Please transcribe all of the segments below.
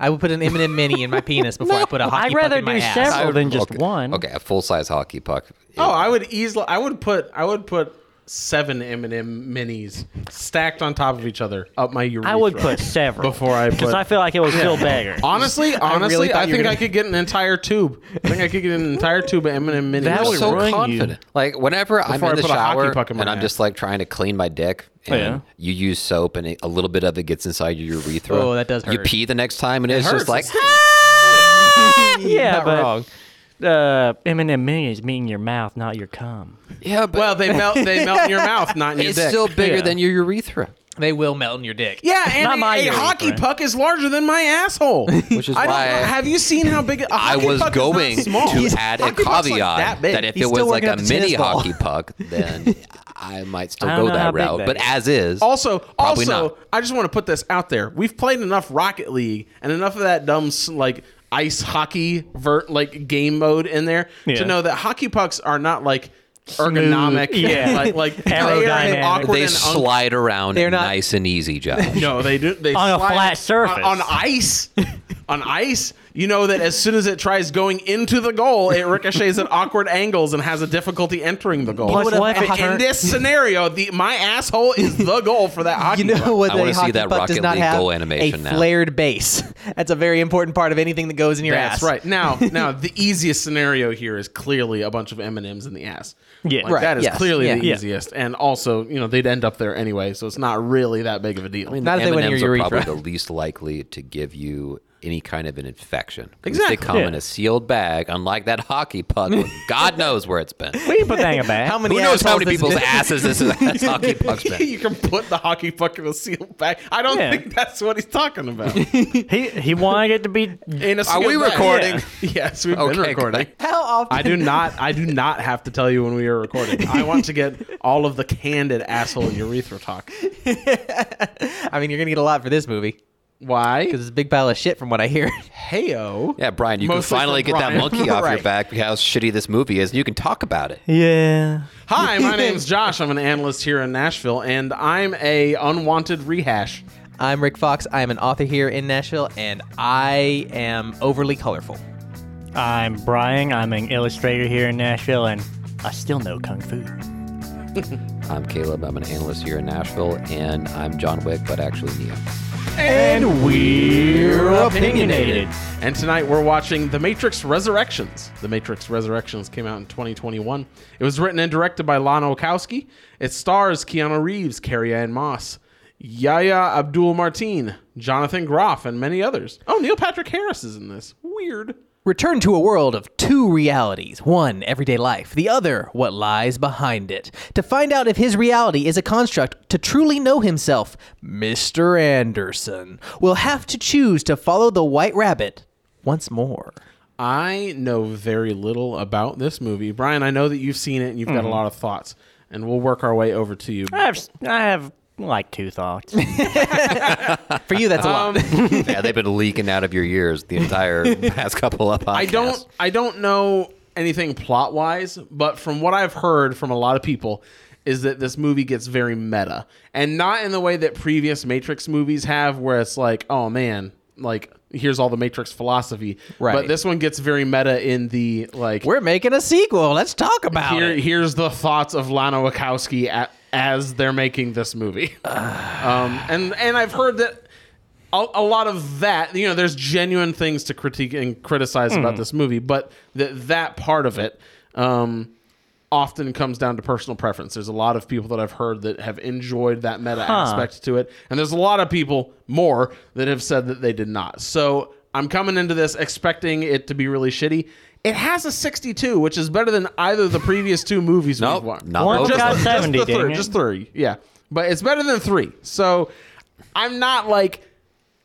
I would put an M&M mini in my penis before I put a hockey I'd rather puck in my do ass. several. I would- than just okay, one. Okay, a full size hockey puck. Oh, I would easily. I would put. I would put seven M and M minis stacked on top of each other up my urethra. I would put several before I because put. I feel like it would feel better. honestly, honestly, thought I, you were think gonna- I could get an entire tube. I think I could get an entire tube of M and M minis. That I'm would so ruin you. confident. Like whenever Before I'm I in the put a hockey shower puck in my and I'm ass. just like trying to clean my dick, and Oh, yeah. you use soap and it, a little bit of it gets inside your urethra. Oh, that does You hurt. pee the next time and it's hurts. just like yeah, Not but wrong. uh, M&M minis mean your mouth, not your cum. yeah, but well, they melt. They melt in your mouth, not in your it's dick. still bigger Yeah. than your urethra, They will melt in your dick. yeah, and Not a, my a urethra. hockey puck is larger than my asshole. which is I why don't know. Have you seen how big? A I hockey was puck is not going small. to He's- add a hockey puck's caveat like that big. if He's it was still like working a up a mini tennis ball. hockey puck, then I might still I go don't know how that big route. that but is. as is, Also, Probably also, not. I just want to put this out there. We've played enough Rocket League and enough of that dumb s- like ice hockey vert like game mode in there Yeah. to know that hockey pucks are not like ergonomic, Smooth. Yeah. like like they are Aerodynamic. awkward they and un- slide around They're not- nice and easy, Josh. no, they do. They On a slide- flat surface. on, on ice. on ice, you know that as soon as it tries going into the goal, it ricochets at awkward angles and has a difficulty entering the goal. Plus, And what if it in turn- this scenario, the my asshole is the goal for that hockey. You know puck. what? I The wanna see hockey that puck Rocket does not League have goal animation a now. flared base. That's a very important part of anything that goes in your That's ass. right. Now, now the easiest scenario here is clearly a bunch of M and M's in the ass. Yeah. Like, Right. That is Yes. clearly Yeah. the Yeah. easiest, and also you know they'd end up there anyway, so it's not really that big of a deal. I mean, Not the if they went in M&Ms your are probably urethra. the least likely to give you any kind of an infection. 'Cause Exactly. They come in Yeah. a sealed bag, unlike that hockey puck. where God knows where it's been. We can put that in a bag. How many? Who knows how assholes many this- people's asses this is this hockey puck's been? you can put the hockey puck in a sealed bag. I don't Yeah. think that's what he's talking about. He he wanted it to be. In a Are we sealed bag. recording? Yes, we've been Okay, recording. good. How often? I do not. I do not have to tell you when we are recording. I want to get all of the candid asshole urethra talk. I mean, you're gonna get a lot for this movie Why? because it's a big pile of shit, from what I hear. Heyo. Yeah, Brian, you Mostly can finally for get Brian. that monkey off Right. your back. How shitty this movie is, and you can talk about it. Yeah. Hi, my name's Josh. I'm an analyst here in Nashville, and I'm a unwanted rehash. I'm Rick Fox. I am an author here in Nashville, and I am overly colorful. I'm Brian. I'm an illustrator here in Nashville, and I still know kung fu. I'm Caleb. I'm an analyst here in Nashville, and I'm John Wick, but actually Neo. And we're opinionated. And tonight we're watching The Matrix Resurrections. The Matrix Resurrections came out in 2021. It was written and directed by Lana Wachowski. It stars Keanu Reeves, Carrie Ann Moss, Yaya Abdul Martin, Jonathan Groff, and many others. Oh, Neil Patrick Harris is in this. Weird. Return to a world of two realities one, everyday life, the other, what lies behind it. To find out if his reality is a construct to truly know himself, Mr. Anderson will have to choose to follow the white rabbit once more. I know very little about this movie. Brian, I know that you've seen it and you've got a lot of thoughts, and we'll work our way over to you. I have I have like two thoughts. For you, that's a lot. yeah, they've been leaking out of your ears the entire past couple of podcasts. I don't I don't know anything plot wise, but from what I've heard from a lot of people is that this movie gets very meta. And not in the way that previous Matrix movies have where it's like, oh man, like here's all the Matrix philosophy. Right. But this one gets very meta in the like We're making a sequel. Let's talk about here, it. here's the thoughts of Lana Wachowski a as they're making this movie. um, and and I've heard that a, a lot of that, you know, there's genuine things to critique and criticize about this movie, but that that part of it um, often comes down to personal preference. There's a lot of people that I've heard that have enjoyed that meta aspect to it, and there's a lot of people more that have said that they did not. So I'm coming into this expecting it to be really shitty. It has a 62, which is better than either of the previous two movies Nope, we've watched. not Orange both It's of got them. the- seventy, just the didn't three, it? just three, yeah. But it's better than three. So I'm not like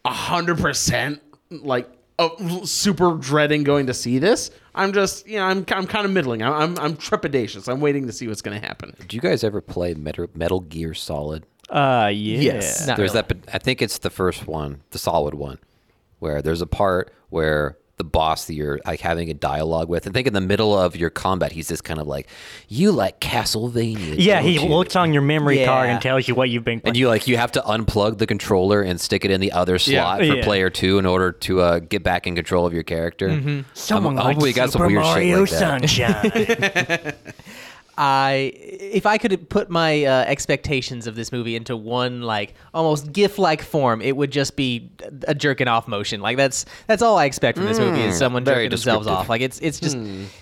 hundred percent like uh, super dreading going to see this. I'm just you know I'm I'm kind of middling. I'm, I'm I'm trepidatious. I'm waiting to see what's going to happen. Do you guys ever play Metal, Metal Gear Solid? Uh, yeah. Not there's really. that. I think it's the first one, the solid one, where there's a part where the boss that you're like having a dialogue with. And think in the middle of your combat, he's just kind of like, "You like Castlevania." Yeah, don't he you?" looks on your memory card Yeah. and tells you what you've been. And you like you have to unplug the controller and stick it in the other Yeah. slot for Yeah. player two in order to uh, get back in control of your character. Someone like I'm- hopefully you got some Super weird shit Mario like that. Sunshine. I if I could put my uh, expectations of this movie into one like almost gif-like form, it would just be a jerking off motion. Like that's that's all I expect from this movie Mm, is someone very jerking themselves descriptive. off. Like it's it's just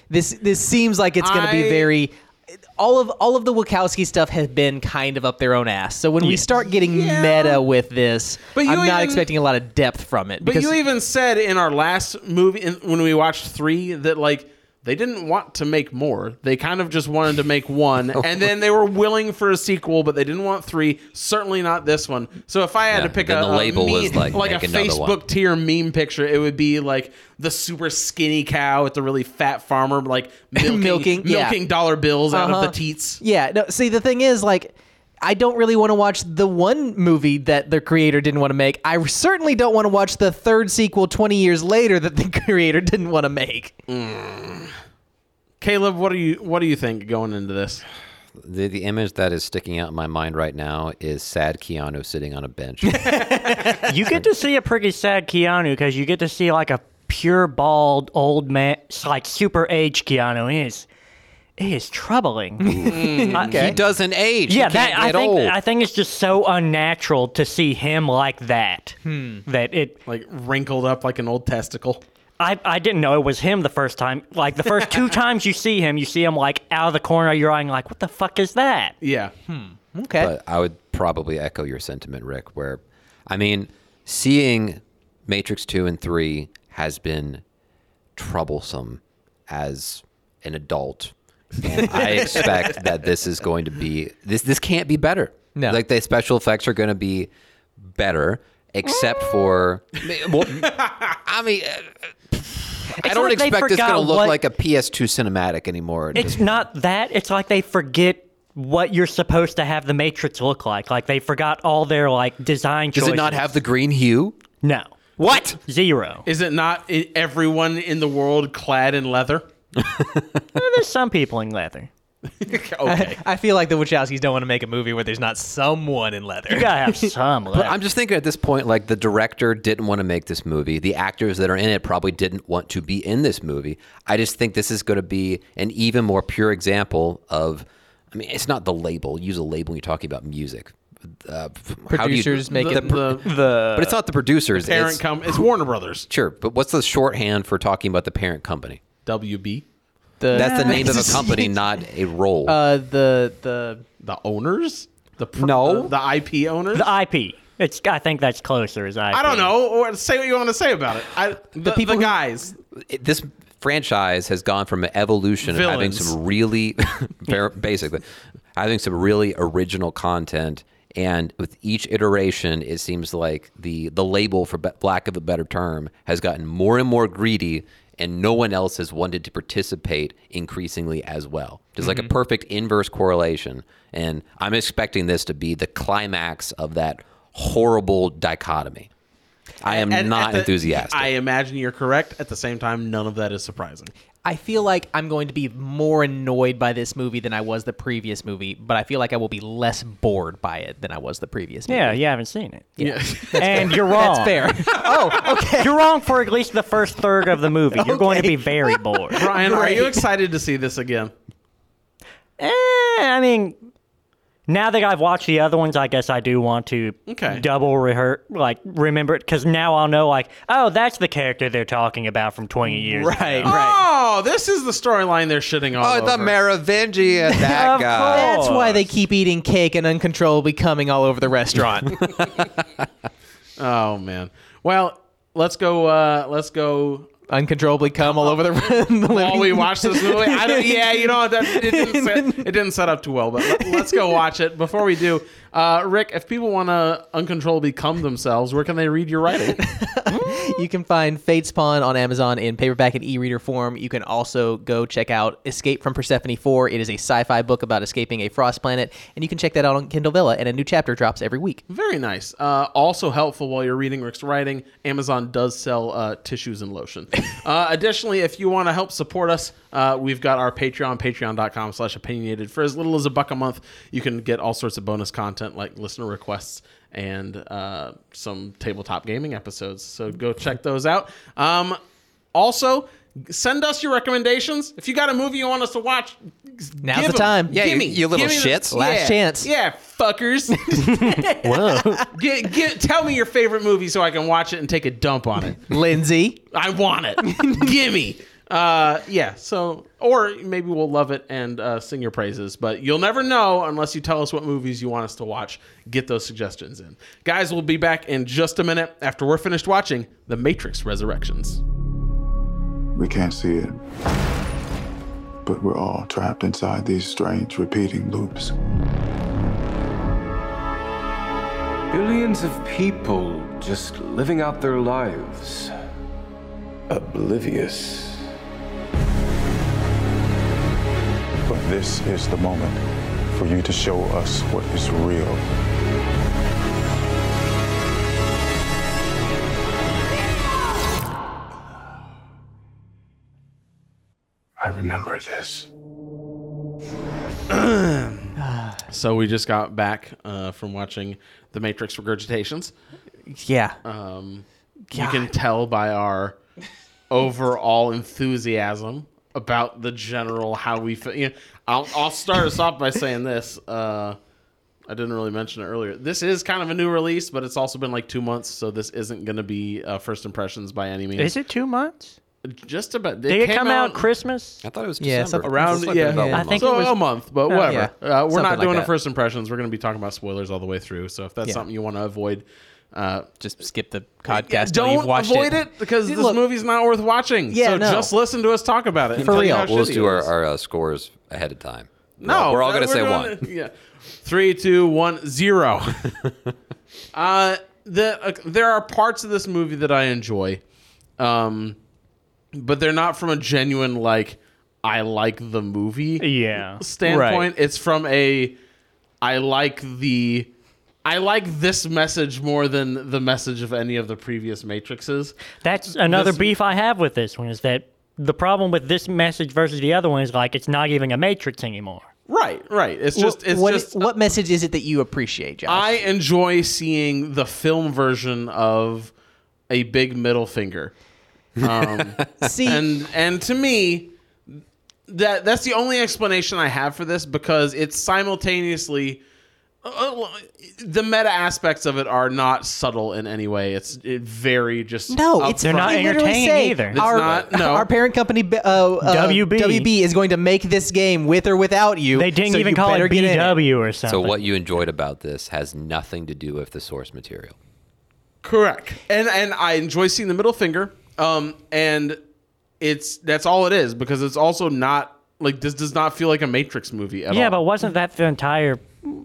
this this seems like it's going to be Hmm. I- very all of all of the Wachowski stuff has been kind of up their own ass. So when we start getting Yeah. meta with this, But you I'm not even- expecting a lot of depth from it. But because you even said in our last movie in, when we watched three that like they didn't want to make more. They kind of just wanted to make one, and then they were willing for a sequel, but they didn't want three. Certainly not this one. So if I had Yeah, to pick a, then the a label was, like, meme- a make another one. Facebook tier meme picture, it would be like the super skinny cow with the really fat farmer like milking Milking, yeah. dollar bills out Uh-huh. of the teats. Yeah, no, see the thing is like I don't really want to watch the one movie that the creator didn't want to make. I certainly don't want to watch the third sequel 20 years later that the creator didn't want to make. Caleb, what do you what do you think going into this? The, the image that is sticking out in my mind right now is sad Keanu sitting on a bench. you get to see a pretty sad Keanu because you get to see like a pure bald old man, s- like super aged Keanu It is. It is troubling. Uh, He doesn't age. yeah, Mm, he that can't I get think old. I think it's just so unnatural to see him like that. That it Like wrinkled up like an old testicle. I, I didn't know it was him the first time. Like the first two times you see him, you see him like out of the corner of your eye, and like what the fuck is that? Yeah. Okay. but I would probably echo your sentiment, Rick. Where, I mean, seeing Matrix two and three has been troublesome as an adult. And I expect that this is going to be this. This can't be better. No. like the special effects are going to be better, except for. Well, I mean. uh, I It's don't like they expect this going to forgot look what- like a PS2 cinematic anymore. It It's not that. It's like they forget what you're supposed to have the Matrix look like. Like they forgot all their like design does choices. it not have the green hue? no What? zero? Is it not i- everyone in the world clad in leather? There's some people in leather. Okay. I feel like the Wachowskis don't want to make a movie where there's not someone in leather. You gotta have some leather. But I'm just thinking at this point, like the director didn't want to make this movie. The actors that are in it probably didn't want to be in this movie. I just think this is going to be an even more pure example of. I mean, it's not the label. Use a label when you're talking about music. Uh, how do you- Producers make the, it- the but it's not the producers. parent it's, com- it's Warner Brothers. sure, but what's the shorthand for talking about the parent company? WB. The, That's the name of a company, not a role. Uh, the the The owners? The pr- No. The, the IP owners? the IP. It's I think that's closer as IP. I don't know. Or say what you want to say about it. I, the, people the who- guys. it- this franchise has gone from an evolution of having Villains. some really bar- basically having some really original content and with each iteration it seems like the the label for be- lack of a better term has gotten more and more greedy and no one else has wanted to participate increasingly as well just Mm-hmm. like a perfect inverse correlation and i'm expecting this to be the climax of that horrible dichotomy i am At- not at the- enthusiastic I imagine you're correct. At the same time, none of that is surprising. I feel like I'm going to be more annoyed by this movie than I was the previous movie, but I feel like I will be less bored by it than I was the previous movie. Yeah, you haven't seen it. Yeah. and you're wrong. That's fair. oh, okay. You're wrong for at least the first third of the movie. You're going to be very bored. eh, Brian, are you excited to see this again? Eh, I mean, now that I've watched the other ones, I guess I do want to Okay. double rehearse, like remember it, because now I'll know, like, oh, that's the character they're talking about from 20 years. ago. Right, right. Oh, this is the storyline they're shitting all Oh, over. the Merovingian, that Of guy. course. That's why they keep eating cake and uncontrollably coming all over the restaurant. Oh man. Well, let's go. Uh, let's go. uncontrollably come all over the, the living While we watch this movie, I don't, yeah, you know that it didn't, set, it didn't set up too well. But let, let's go watch it before we do. Uh, Rick, if people want to uncontrollably cum themselves, where can they read your writing? you can find Fate Spawn on Amazon in paperback and e-reader form. You can also go check out Escape from Persephone 4. It is a sci-fi book about escaping a frost planet, and you can check that out on Kindle Villa. And a new chapter drops every week. Very nice. Uh, also helpful while you're reading Rick's writing. Amazon does sell uh, tissues and lotion. uh, additionally, if you want to help support us, uh, we've got our Patreon, patreon.com slash opinionated. For as little as a buck a month, you can get all sorts of bonus content like listener requests and uh, some tabletop gaming episodes. So go check those out. Um, also, send us your recommendations. If you got a movie you want us to watch, Now's give the 'em. time. Yeah, Gimme. you- you little Gimme the- shits. Last yeah. chance. Yeah, fuckers. Whoa. Get, get, tell me your favorite movie so I can watch it and take a dump on it. Lindsay, I want it. Gimme. Uh, yeah. So, or maybe we'll love it and uh, sing your praises, but you'll never know unless you tell us what movies you want us to watch. Get those suggestions in, guys. We'll be back in just a minute after we're finished watching The Matrix Resurrections. We can't see it. But we're all trapped inside these strange repeating loops. Billions of people just living out their lives. Oblivious. But this is the moment for you to show us what is real. I remember this. So we just got back uh, from watching The Matrix Regurgitations. yeah, You can tell by our overall enthusiasm about the general how we feel. You know, I'll, I'll start us off by saying this. Uh, I didn't really mention it earlier. This is kind of a new release, but it's also been like two months, so this isn't going to be uh, first impressions by any means. Is it two months? Just about. Did it come out Christmas? I thought it was Yeah, December. something- around? It's like Yeah, yeah. about one I month. think so it was- Oh, a month, but whatever. yeah. Uh, we're not Something like doing that. a first impressions. We're going to be talking about spoilers all the way through. So if that's Yeah. something you want to avoid, uh, just skip the podcast. till don't you've watched avoid it, because Dude, this look- movie's not worth watching. Yeah, so no. just listen to us talk about it. and For tell you real. how We'll shitty just do it our, is. our uh, scores ahead of time. We're No, all- we're all that- gonna say doing one. it- Yeah, three, two, one, zero. uh, the uh, there are parts of this movie that I enjoy, um, but they're not from a genuine like I like the movie Yeah. standpoint. It's from a I like the I like this message more than the message of any of the previous Matrixes. That's another This- beef I have with this one is that the problem with this message versus the other one is like it's not even a matrix anymore. Right, right. It's just it's what, just uh, what message is it that you appreciate, Josh? I enjoy seeing the film version of a big middle finger. See, And and to me that that's the only explanation I have for this because it's simultaneously uh, the meta aspects of it are not subtle in any way. It's it very just No, up it's They're front. not they literally entertaining say either. It's Our, not- no. our parent company uh, uh, WB. WB is going to make this game with or without you. They didn't so even you call better it get in BW or something. So what you enjoyed about this has nothing to do with the source material. Correct. And and I enjoy seeing the middle finger. Um and it's that's all it is because it's also not like this does not feel like a Matrix movie at all. yeah, but wasn't that the entire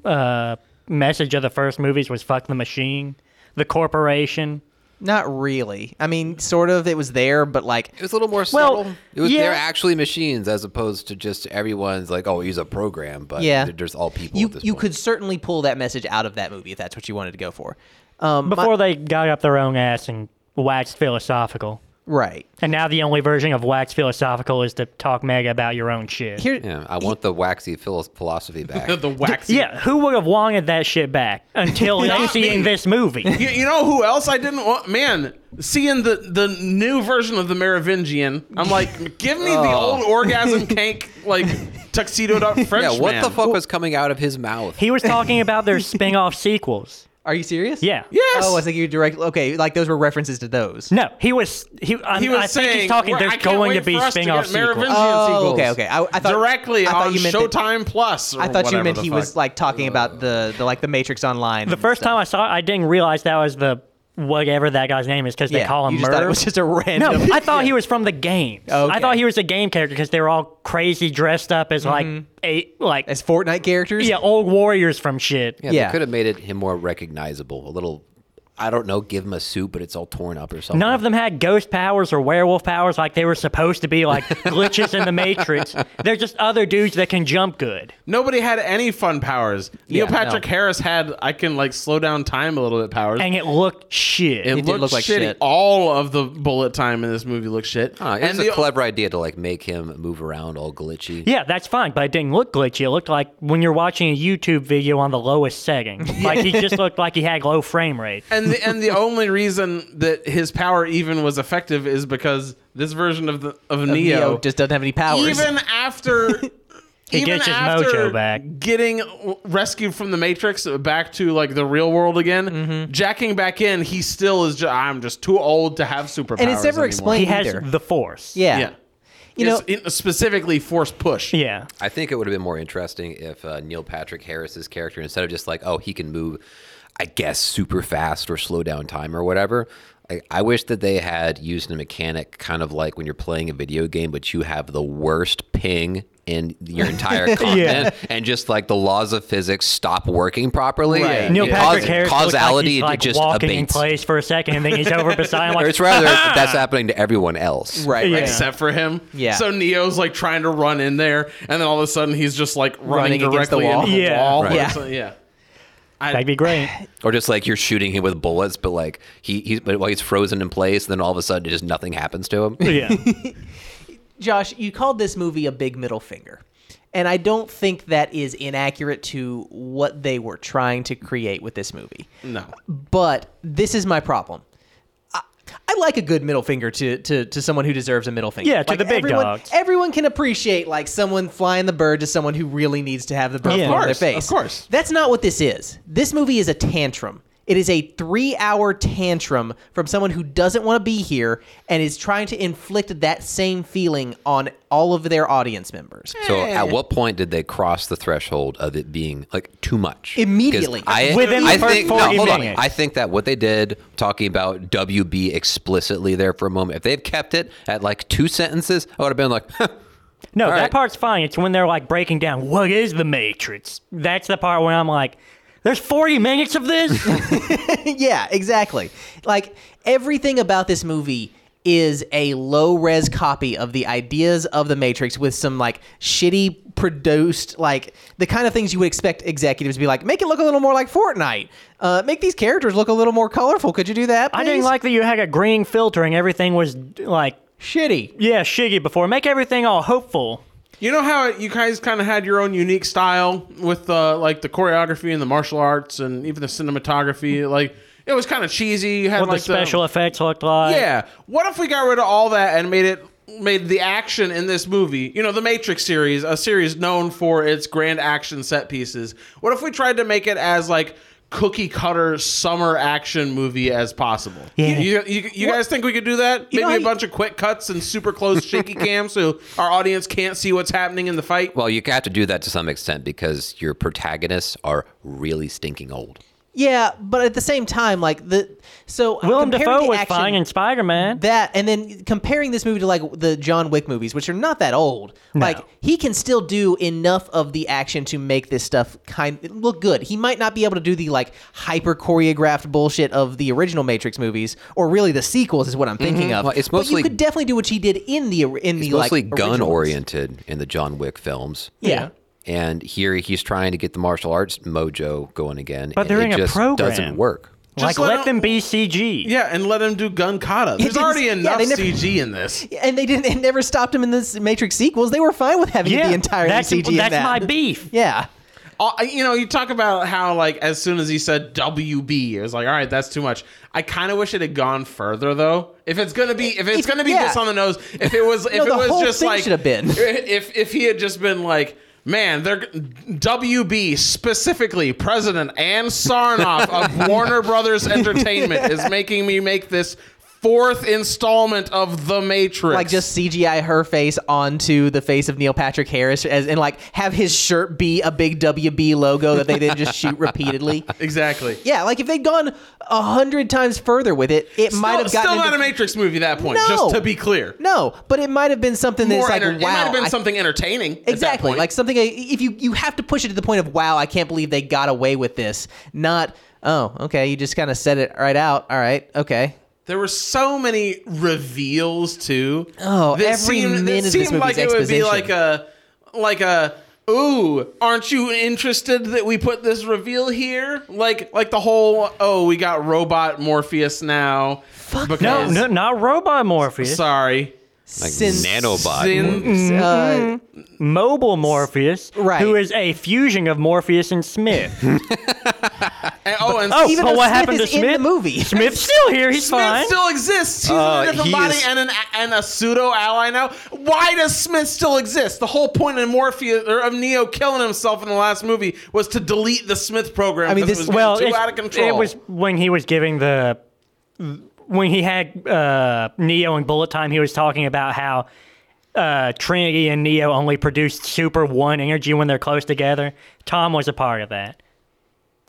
uh, message of the first movies was fuck the machine, the corporation? Not really. I mean, sort of. It was there, but like, It was a little more Well, subtle. it was yeah. they're actually machines as opposed to just everyone's like, oh, use a program, but Yeah. they're just all people. you at this you point. could certainly pull that message out of that movie if that's what you wanted to go for. Um, my- Before they got up their own ass and waxed philosophical. right And now the only version of waxed philosophical is to talk mega about your own shit. here, Yeah, I want the waxy phil- philosophy back. the waxy yeah, who would have wanted that shit back until now seeing this movie? You, you know who else I didn't want? Man, seeing the, the new version of the Merovingian, I'm like, give me the Oh. old orgasm cake, like tuxedoed up French yeah, what man. the fuck was coming out of his mouth? He was talking about their spin off sequels. are you serious? Yeah. Yes. Oh, I was like you direct. Okay, like those were references to those. No, he was he. I, He was I saying, think he's talking. "We're- I There's can't going wait to be for us spin to off get Merovingian sequels. Oh, sequels. okay, okay. I, I thought Directly I thought on you meant that- Showtime Plus. or I thought you whatever meant the he fuck. was like talking about the, the like the Matrix Online. The and first stuff. time I saw it, I didn't realize that was the whatever that guy's name is because they Yeah, call him you just thought Merv. it was just a no, random. I thought he was from the games. Okay. I thought he was a game character because they were all crazy, dressed up as like eight, like Mm-hmm. as Fortnite characters. yeah, old warriors from shit. yeah, yeah. could have made it him more recognizable, a little I don't know, give him a suit, but it's all torn up or something. None of them had ghost powers or werewolf powers like they were supposed to be, like glitches in the Matrix. They're just other dudes that can jump good. Nobody had any fun powers. Neil Yeah, Patrick no. Harris had I can like slow down time a little bit powers. And it looked shit. it did looked look like shitty. shit. All of the bullet time in this movie looked shit. Uh, it's and a the- clever idea to like make him move around all glitchy. yeah, that's fine, but it didn't look glitchy. It looked like when you're watching a YouTube video on the lowest setting. Like he just looked like he had low frame rate. and the and the only reason that his power even was effective is because this version of the of, Neo, Neo, just doesn't have any powers. even after He even gets his after mojo back. getting w- rescued from the matrix back to like the real world again jacking back in he still is just, i'm just too old to have superpowers and it's never anymore." explained He has either. the force. yeah. yeah You know, It's- it- specifically force push Yeah. I think it would have been more interesting if uh, Neil Patrick Harris's character, instead of just like, oh, he can move, I guess, super fast or slow down time or whatever. I, I wish that they had used a mechanic kind of like when you're playing a video game, but you have the worst ping in your entire continent, and just like the laws of physics stop working properly. Right. Neil Yeah. Patrick Cause- Harris looks causality like he's, like, just walking in abates. place for a second, and then he's over beside him. Or Like, it's rather that's happening to everyone else. right. Yeah. right. Except for him, Yeah. So Neo's like trying to run in there, and then all of a sudden he's just like running, Running against the directly wall. into the Yeah. wall. Right. or Yeah. something, yeah. that'd be great. Or just like you're shooting him with bullets, but like he, he's but while he's frozen in place, then all of a sudden it just nothing happens to him. Yeah. Josh, you called this movie a big middle finger. And I don't think that is inaccurate to what they were trying to create with this movie. No, But this is my problem. I- I like a good middle finger to, to, to someone who deserves a middle finger. Yeah, to Like, the big everyone, dogs. Everyone can appreciate like someone flying the bird to someone who really needs to have the bird Of flown in course, their of face. course. That's not what this is. This movie is a tantrum. It is a three hour tantrum from someone who doesn't want to be here and is trying to inflict that same feeling on all of their audience members. Eh, So at what point did they cross the threshold of it being like too much? 'Cause Immediately. I, Within I the first think, 40 no, hold on. minutes. I think that what they did, talking about WB explicitly there for a moment, if they've kept it at like two sentences, I would have been like, No, that right. part's fine. It's when they're like breaking down what is the Matrix. That's the part where I'm like, there's 40 minutes of this. yeah, exactly. Like everything about this movie is a low res copy of the ideas of the Matrix with some like shitty produced like the kind of things you would expect executives to be like. Make it look a little more like Fortnite. Uh, make these characters look a little more colorful. Could you do that? I didn't please?" like that you had a green filter and everything was like, shitty. yeah, shiggy before. Make everything all hopeful. You know how you guys kind of had your own unique style with uh, like the choreography and the martial arts and even the cinematography. Like it was kind of cheesy. You had What like the special effects looked like. yeah. What if we got rid of all that and made it made the action in this movie? You know, the Matrix series, a series known for its grand action set pieces. What if we tried to make it as like cookie cutter summer action movie as possible? Yeah. You, you, you guys think we could do that? know Maybe a how- bunch of quick cuts and super close shaky cams so our audience can't see what's happening in the fight. well, you have to do that to some extent because your protagonists are really stinking old. Yeah, but at the same time, like the so Willem comparing Dafoe the was action- fine in Spider Man. That and then comparing this movie to like the John Wick movies, which are not that old. Like he can still do enough of the action to make this stuff kind look good. He might not be able to do the like hyper choreographed bullshit of the original Matrix movies, or really the sequels is what I'm thinking of. Mm-hmm. Well, it's but mostly- you could definitely do what he did in the in the He's mostly like gun originals. oriented in the John Wick films. Yeah. And here he's trying to get the martial arts mojo going again. But and they're in it a just program. doesn't work. Like, Just let, let him- them be CG. Yeah, and let him do gun kata. There's didn't- already yeah, enough they never- CG in this. And they didn't. It never stopped him in the Matrix sequels. They were fine with having it Yeah, the entire that's, CG. in That's that. my beef. Yeah. Uh, you know, you talk about how like as soon as he said WB, it was like, all right, that's too much. I kind of wish it had gone further though. If it's gonna be, if it's If- gonna be yeah. this on the nose, if it was, if the it was whole just thing like, should have been. if if he had just been like. Man, they're WB specifically President Ann Sarnoff of Warner Brothers Entertainment is making me make this fourth installment of The Matrix. like just CGI her face onto the face of Neil Patrick Harris as and like have his shirt be a big WB logo that they then just shoot repeatedly. exactly. Yeah, like if they'd gone a hundred times further with it, it might Still, have gotten still not into- a Matrix movie at that point. No. Just to be clear. No, but it might have been something that's More like enter- wow. it might have been I- something entertaining. at that exactly point. like something if you you have to push it to the point of wow, I can't believe they got away with this. Not Oh, okay. You just kind of said it right out. All right. Okay. There were so many reveals too. Oh, that every seemed, that minute of this seemed movie's like it would be exposition. like a like a ooh, aren't you interested that we put this reveal here? Like like the whole oh, we got robot Morpheus now. Fuck No, no, not Robot Morpheus. Sorry. Like Since- nanobot. Sin- Uh, Mobile Morpheus, Right. who is a fusion of Morpheus and Smith. and- oh, and Oh, Steven but though what Smith happened to is in the Smith? movie. Smith's still here. He's Smith fine. still exists. He's Uh, an identical he body is- and an and a pseudo ally now. Why does Smith still exist? The whole point of Morpheus or of Neo killing himself in the last movie was to delete the Smith program. I mean, 'cause this- it was well, getting too it's- out of control. it was when he was giving the when he had uh, Neo and Bullet Time. He was talking about how uh, Trinity and Neo only produced super one energy when they're close together. Tom was a part of that,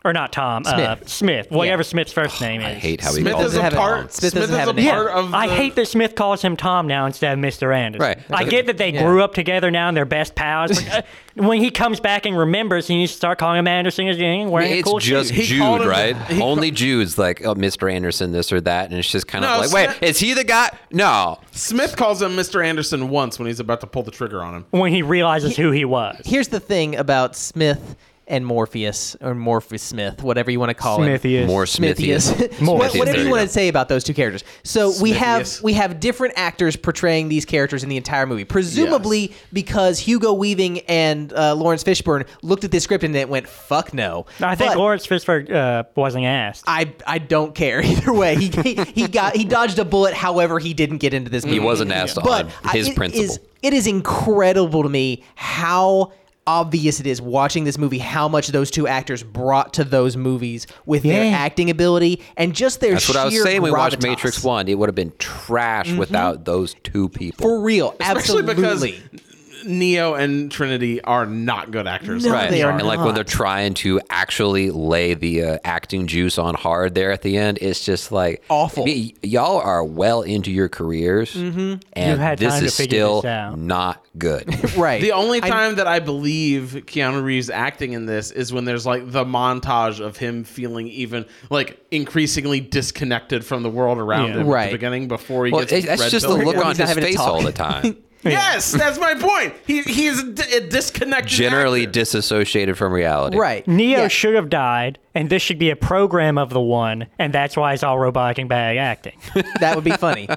or not Tom Smith, uh, Smith. Smith whatever Smith's first name is. I hate how he Smith calls is doesn't a have it. it. part. Smith Smith, doesn't is have a it. Yeah. part of. The, I hate that Smith calls him Tom now instead of Mr. Anderson. Right. I get that they Yeah. grew up together now and they're best pals. but, uh, when he comes back and remembers, he needs to start calling him Anderson again. Wearing a It's cool just shoes. He called Jude, him- right? he Only Jude's like, oh, Mr. Anderson, this or that, and it's just kind of No, like, wait, Smith- is he the guy? No, Smith calls him Mr. Anderson once when he's about to pull the trigger on him. when he realizes who he was. Here's the thing about Smith and Morpheus, or Morpheus Smith, whatever you want to call him. Smithy is. more Smithius. Smithius. More. What- Smithius, Whatever there you you want go. to say about those two characters. So we have Smithius. we have different actors portraying these characters in the entire movie, presumably because Hugo Weaving and uh, Lawrence Fishburne looked at this script and it went, "Fuck no." I think But Lawrence Fishburne uh, wasn't asked. I I don't care either way. He, he he got he dodged a bullet. However, he didn't get into this movie. He wasn't asked but on I- his it principle. is- it is incredible to me how obvious it is watching this movie how much those two actors brought to those movies with their Yeah. acting ability and just their That's what I was sheer saying. when We watched gravitas. Matrix One. It would have been trash without those two people. for real Especially absolutely because Neo and Trinity are not good actors. No, Right. Right. they are and like when they're not. trying to actually lay the uh, acting juice on hard there at the end, it's just like Awful. Mm-hmm. I mean, y- y'all are well into your careers, and You've had this time to is figure still this out. not good. right The only time that I believe Keanu Reeves acting in this is when there's like the montage of him feeling even like increasingly disconnected from the world around Yeah. him at Right. the beginning before he well, gets it, that's red just the pill. look When on he's not his having to face talk. all the time. Yes, that's my point. He he's a, d- a disconnected Generally actor. disassociated from reality. right Neo Yeah. should have died, and this should be a program of the one, and that's why it's all robotic and bad acting. that would be funny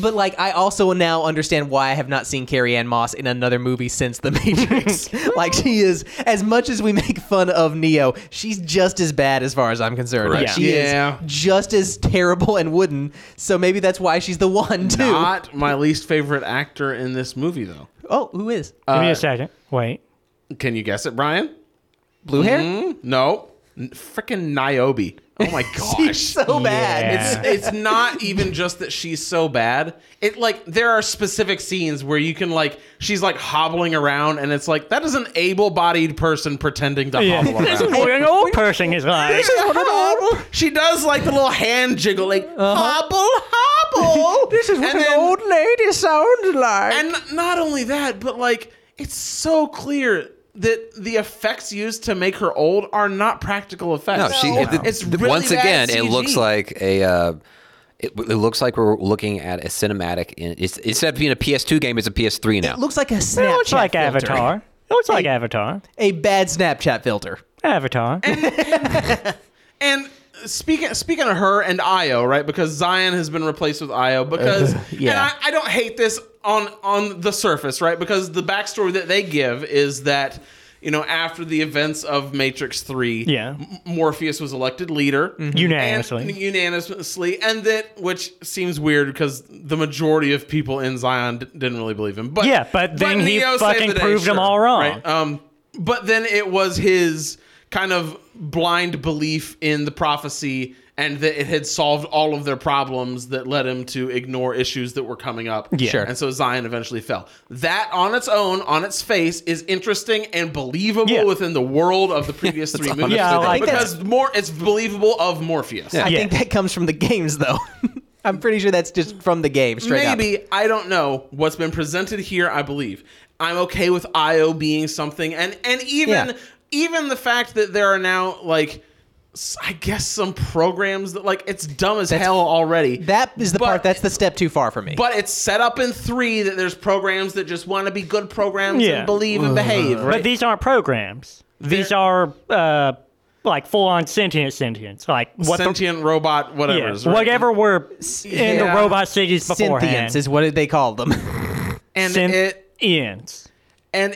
but like i also now understand why i have not seen carrie ann moss in another movie since the matrix like she is as much as we make fun of neo she's just as bad as far as i'm concerned like, Correct. she Yeah. is just as terrible and wooden so maybe that's why she's the one too not my least favorite actor in this movie though. oh who is Give me a second. Wait. Can you guess it, Brian? Mm-hmm. blue hair No, freaking Niobe. Oh my gosh. she's so bad Yeah. it's it's not even just that she's so bad. It like there are specific scenes where you can like she's like hobbling around and it's like that is an able-bodied person pretending to Yeah. hobble this is around. what an old person is like. she does like the little hand jiggle like hobble hobble. this is lady sounds like and n- not only that, but like it's so clear that the effects used to make her old are not practical No, effects. she. it- it's th- really once bad again, it CG. looks like a. Uh, it, it looks like we're looking at a cinematic. In, it's, instead of being a PS2 game, it's a PS3 now. it looks like a It snapchat looks like filter. Avatar. It looks like Avatar. a bad snapchat filter Avatar. And speaking speaking of her and Io, right? Because Zion has been replaced with Uh, Io. Because and yeah. I, I don't hate this on on the surface, right? Because the backstory that they give is that you know after the events of Matrix Three, Yeah. Mm-hmm. M- Morpheus was elected leader Unanimously. and, unanimously, and that which seems weird because the majority of people in Zion d- didn't really believe him. But Yeah, but then he saved fucking the day, proved 'em sure, all wrong. right? Um, but then it was his kind of blind belief in the prophecy and that it had solved all of their problems that led him to ignore issues that were coming up. Yeah. Sure. And so Zion eventually fell. That on its own, on its face, is interesting and believable Yeah. within the world of the previous three movies. Yeah, I like because more it's believable of Morpheus. I Yeah. think that comes from the games, though. I'm pretty sure that's just from the game, straight up. Maybe I don't know what's been presented here. I believe I'm okay with Io being something, and and even Yeah. even the fact that there are now like s- I guess some programs that like it's dumb as hell already. That is the part But- that's the step too far for me. but it's set up in three that there's programs that just want to be good programs Yeah. and believe and behave. Right? But these aren't programs. These are uh, like full on sentient sentience. Like what the Sentient robot, whatever. yeah, is, right? whatever were in the Yeah. robot cities beforehand. Synthians is what they call them. And it Synthians. and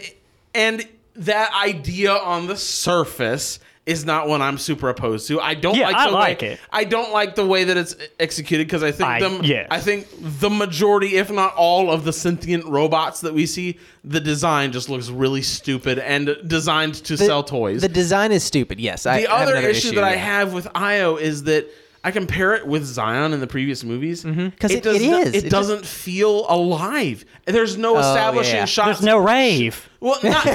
and that idea on the surface is not one I'm super opposed to. I don't Yeah, like I the like way, it. I don't like the way that it's executed because I think I- them yes. I think the majority, if not all, of the sentient robots that we see, the design just looks really stupid and designed to sell toys. The design is stupid. Yes. I, the I have other another issue, that I yeah. have with Io is that I compare it with Zion in the previous movies Mm-hmm. 'Cause it- does it not- is. It, It just- doesn't feel alive. There's no establishing yeah. shots. There's no rave. Well, not,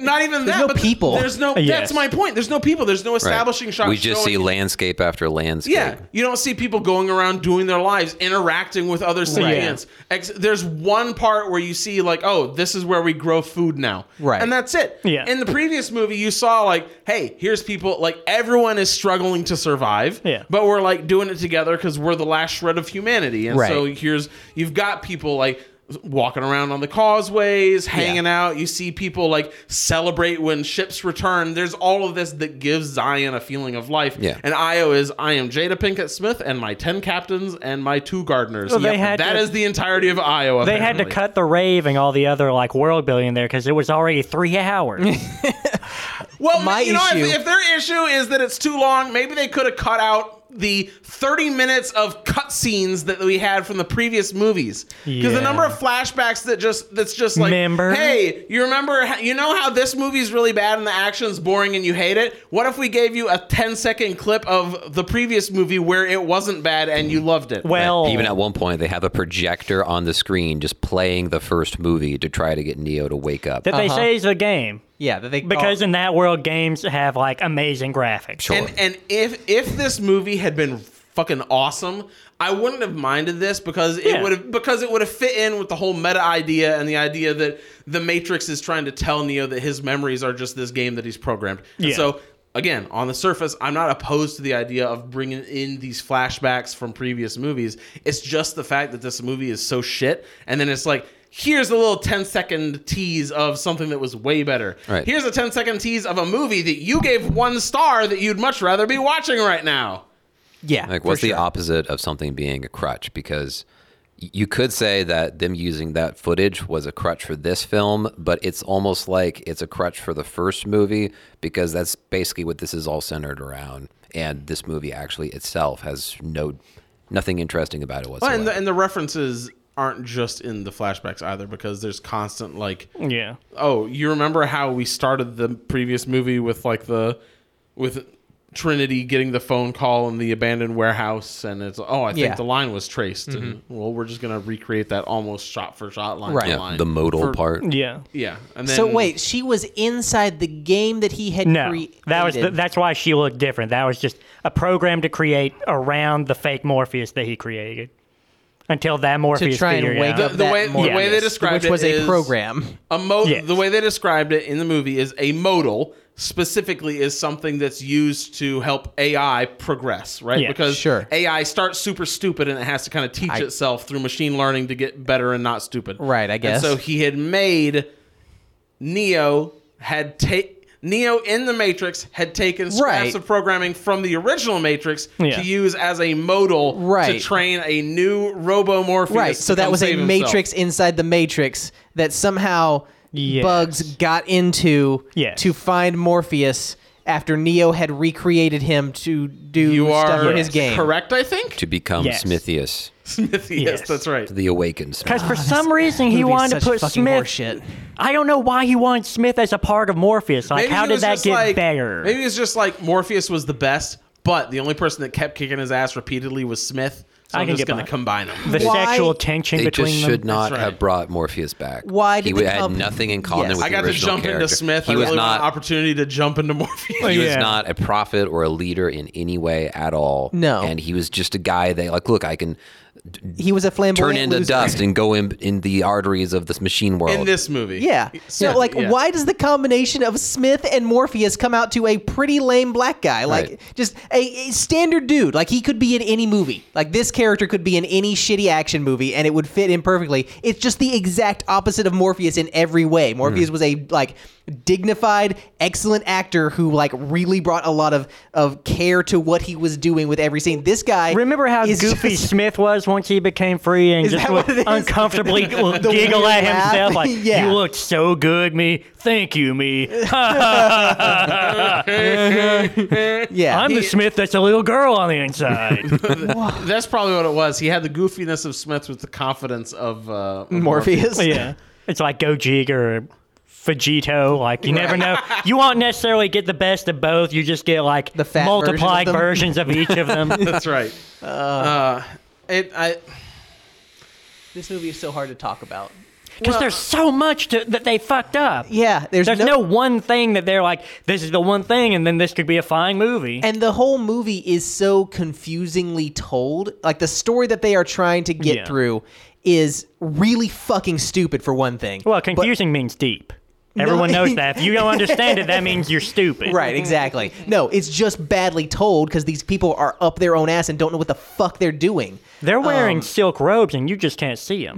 not even that. no but th- people. There's no. Yes. That's my point. There's no people. There's no establishing shots. Uh, We just see showing- landscape after landscape. Yeah, you don't see people going around doing their lives, interacting with other science. Ex- there's one part where you see like, oh, this is where we grow food now, Right. And that's it. Yeah. In the previous movie, you saw like, hey, here's people like everyone is struggling to survive. Yeah. But we're like doing it together because we're the last shred of humanity, and Right. so here's you've got people like walking around on the causeways, hanging out. You see people like celebrate when ships return. There's all of this that gives Zion a feeling of life. Yeah. And Io is I am Jada Pinkett Smith and my ten captains and my two gardeners. Well, they had That to- is the entirety of Io. They had to apparently. cut the rave and all the other like world building there because it was already three hours. Well, My you know, if- issue- if, their issue is that it's too long, maybe they could have cut out the 30 minutes of cutscenes that we had from the previous movies. Because Yeah. the number of flashbacks that just that's just like, Member? hey, you remember? how- You know how this movie's really bad and the action's boring and you hate it. What if we gave you a 10 second clip of the previous movie where it wasn't bad and you loved it? well, Even at one point, they have a projector on the screen just playing the first movie to try to get Neo to wake up. that they Uh-huh. say is a game Yeah. That they call- because Oh. in that world games have like amazing graphics. Sure. And and if if this movie had been fucking awesome, I wouldn't have minded this because it Yeah. would have because it would have fit in with the whole meta idea and the idea that the Matrix is trying to tell Neo that his memories are just this game that he's programmed. And Yeah. so again, on the surface, I'm not opposed to the idea of bringing in these flashbacks from previous movies. It's just the fact that this movie is so shit and then it's like Here's a little 10 second tease of something that was way better. Right. Here's a 10 second tease of a movie that you gave one star that you'd much rather be watching right now. yeah. Like, for what's the sure. opposite of something being a crutch? Because y- you could say that them using that footage was a crutch for this film, but it's almost like it's a crutch for the first movie because that's basically what this is all centered around. And this movie actually itself has no nothing interesting about it Well, whatsoever. and the, and the references aren't just in the flashbacks either because there's constant like Yeah. oh you remember how we started the previous movie with like the with trinity getting the phone call in the abandoned warehouse and it's oh i think Yeah. Mm-hmm. the line was traced and well we're just gonna recreate that almost shot for shot line Right. for Yeah, line. the modal part. Yeah. yeah and then So wait, she was inside the game that he had No, created. that was the, that's why she looked different. That was just a program to create around the fake Morpheus that he created until that to Morpheus try and figured wake out. up The- the that way- the Morpheus, way they described which was it a is- program. A modal. Yes. The way they described it in the movie is a modal. Specifically, is something that's used to help AI progress, right? Yeah, because sure. AI starts super stupid and it has to kind of teach itself through machine learning to get better and not stupid. Right, I And guess. so he had made Neo had ta- Neo in the Matrix had taken scraps Right. of programming from the original Matrix Yeah. to use as a modal to Right. train a new Robo Morpheus. Right. to So that come was a save himself. matrix inside the matrix that somehow Yes. Bugs got into Yes. to find Morpheus after Neo had recreated him to do You stuff are for his game. correct, I think. To become Yes. Smithius, Smithy, yes, Yes. that's right. the awakened Smith. Because for some reason Movie he is wanted such to put fucking Smith. horseshit. I don't know why he wanted Smith as a part of Morpheus. Like, how he did was that just get like- better? Maybe it's just like Morpheus was the best, but the only person that kept kicking his ass repeatedly was Smith. So I I can am just get going by. to combine them. the Why- sexual tension They between just them. should not That's have right. brought Morpheus back. Why did he they had come- nothing in common Yes. with I the got to original jump character. into Smith. He I was really want an not opportunity to jump into Morpheus. He was Yeah. not a prophet or a leader in any way at all. No. And he was just a guy that, like, look, I can. he was a flamboyant. turn into loser. dust and go in in the arteries of this machine world. in this movie. Yeah. So, like, yeah. why does the combination of Smith and Morpheus come out to a pretty lame black guy? Like, Right. just a, a standard dude. Like, he could be in any movie. Like, this character could be in any shitty action movie and it would fit in perfectly. It's just the exact opposite of Morpheus in every way. Hmm. Morpheus was a, like, dignified, excellent actor who, like, really brought a lot of, of care to what he was doing with every scene. This guy. Remember how is goofy just- Smith was once he became free and Is just that would what it is? uncomfortably The giggle weird at laugh? himself like, Yeah. "You look so good, me. Thank you, me. yeah. I'm the Smith that's a little girl on the inside." That's probably what it was. He had the goofiness of Smith with the confidence of uh, of Morpheus. yeah, it's like Gojig or Vegito. Like you never know. You won't necessarily get the best of both. You just get like The fat version of multiplied them. versions of each of them. That's right. Uh, it. I. This movie is so hard to talk about. Because there's so much to, that they fucked up. Yeah. There's, There's no one thing that they're like, this is the one thing, and then this could be a fine movie. And the whole movie is so confusingly told. Like the story that they are trying to get Yeah. through is really fucking stupid for one thing. Well, But- confusing means deep. Everyone knows that. If you don't understand it, that means you're stupid. Right, exactly. No, it's just badly told because these people are up their own ass and don't know what the fuck they're doing. They're Um, wearing silk robes and you just can't see them.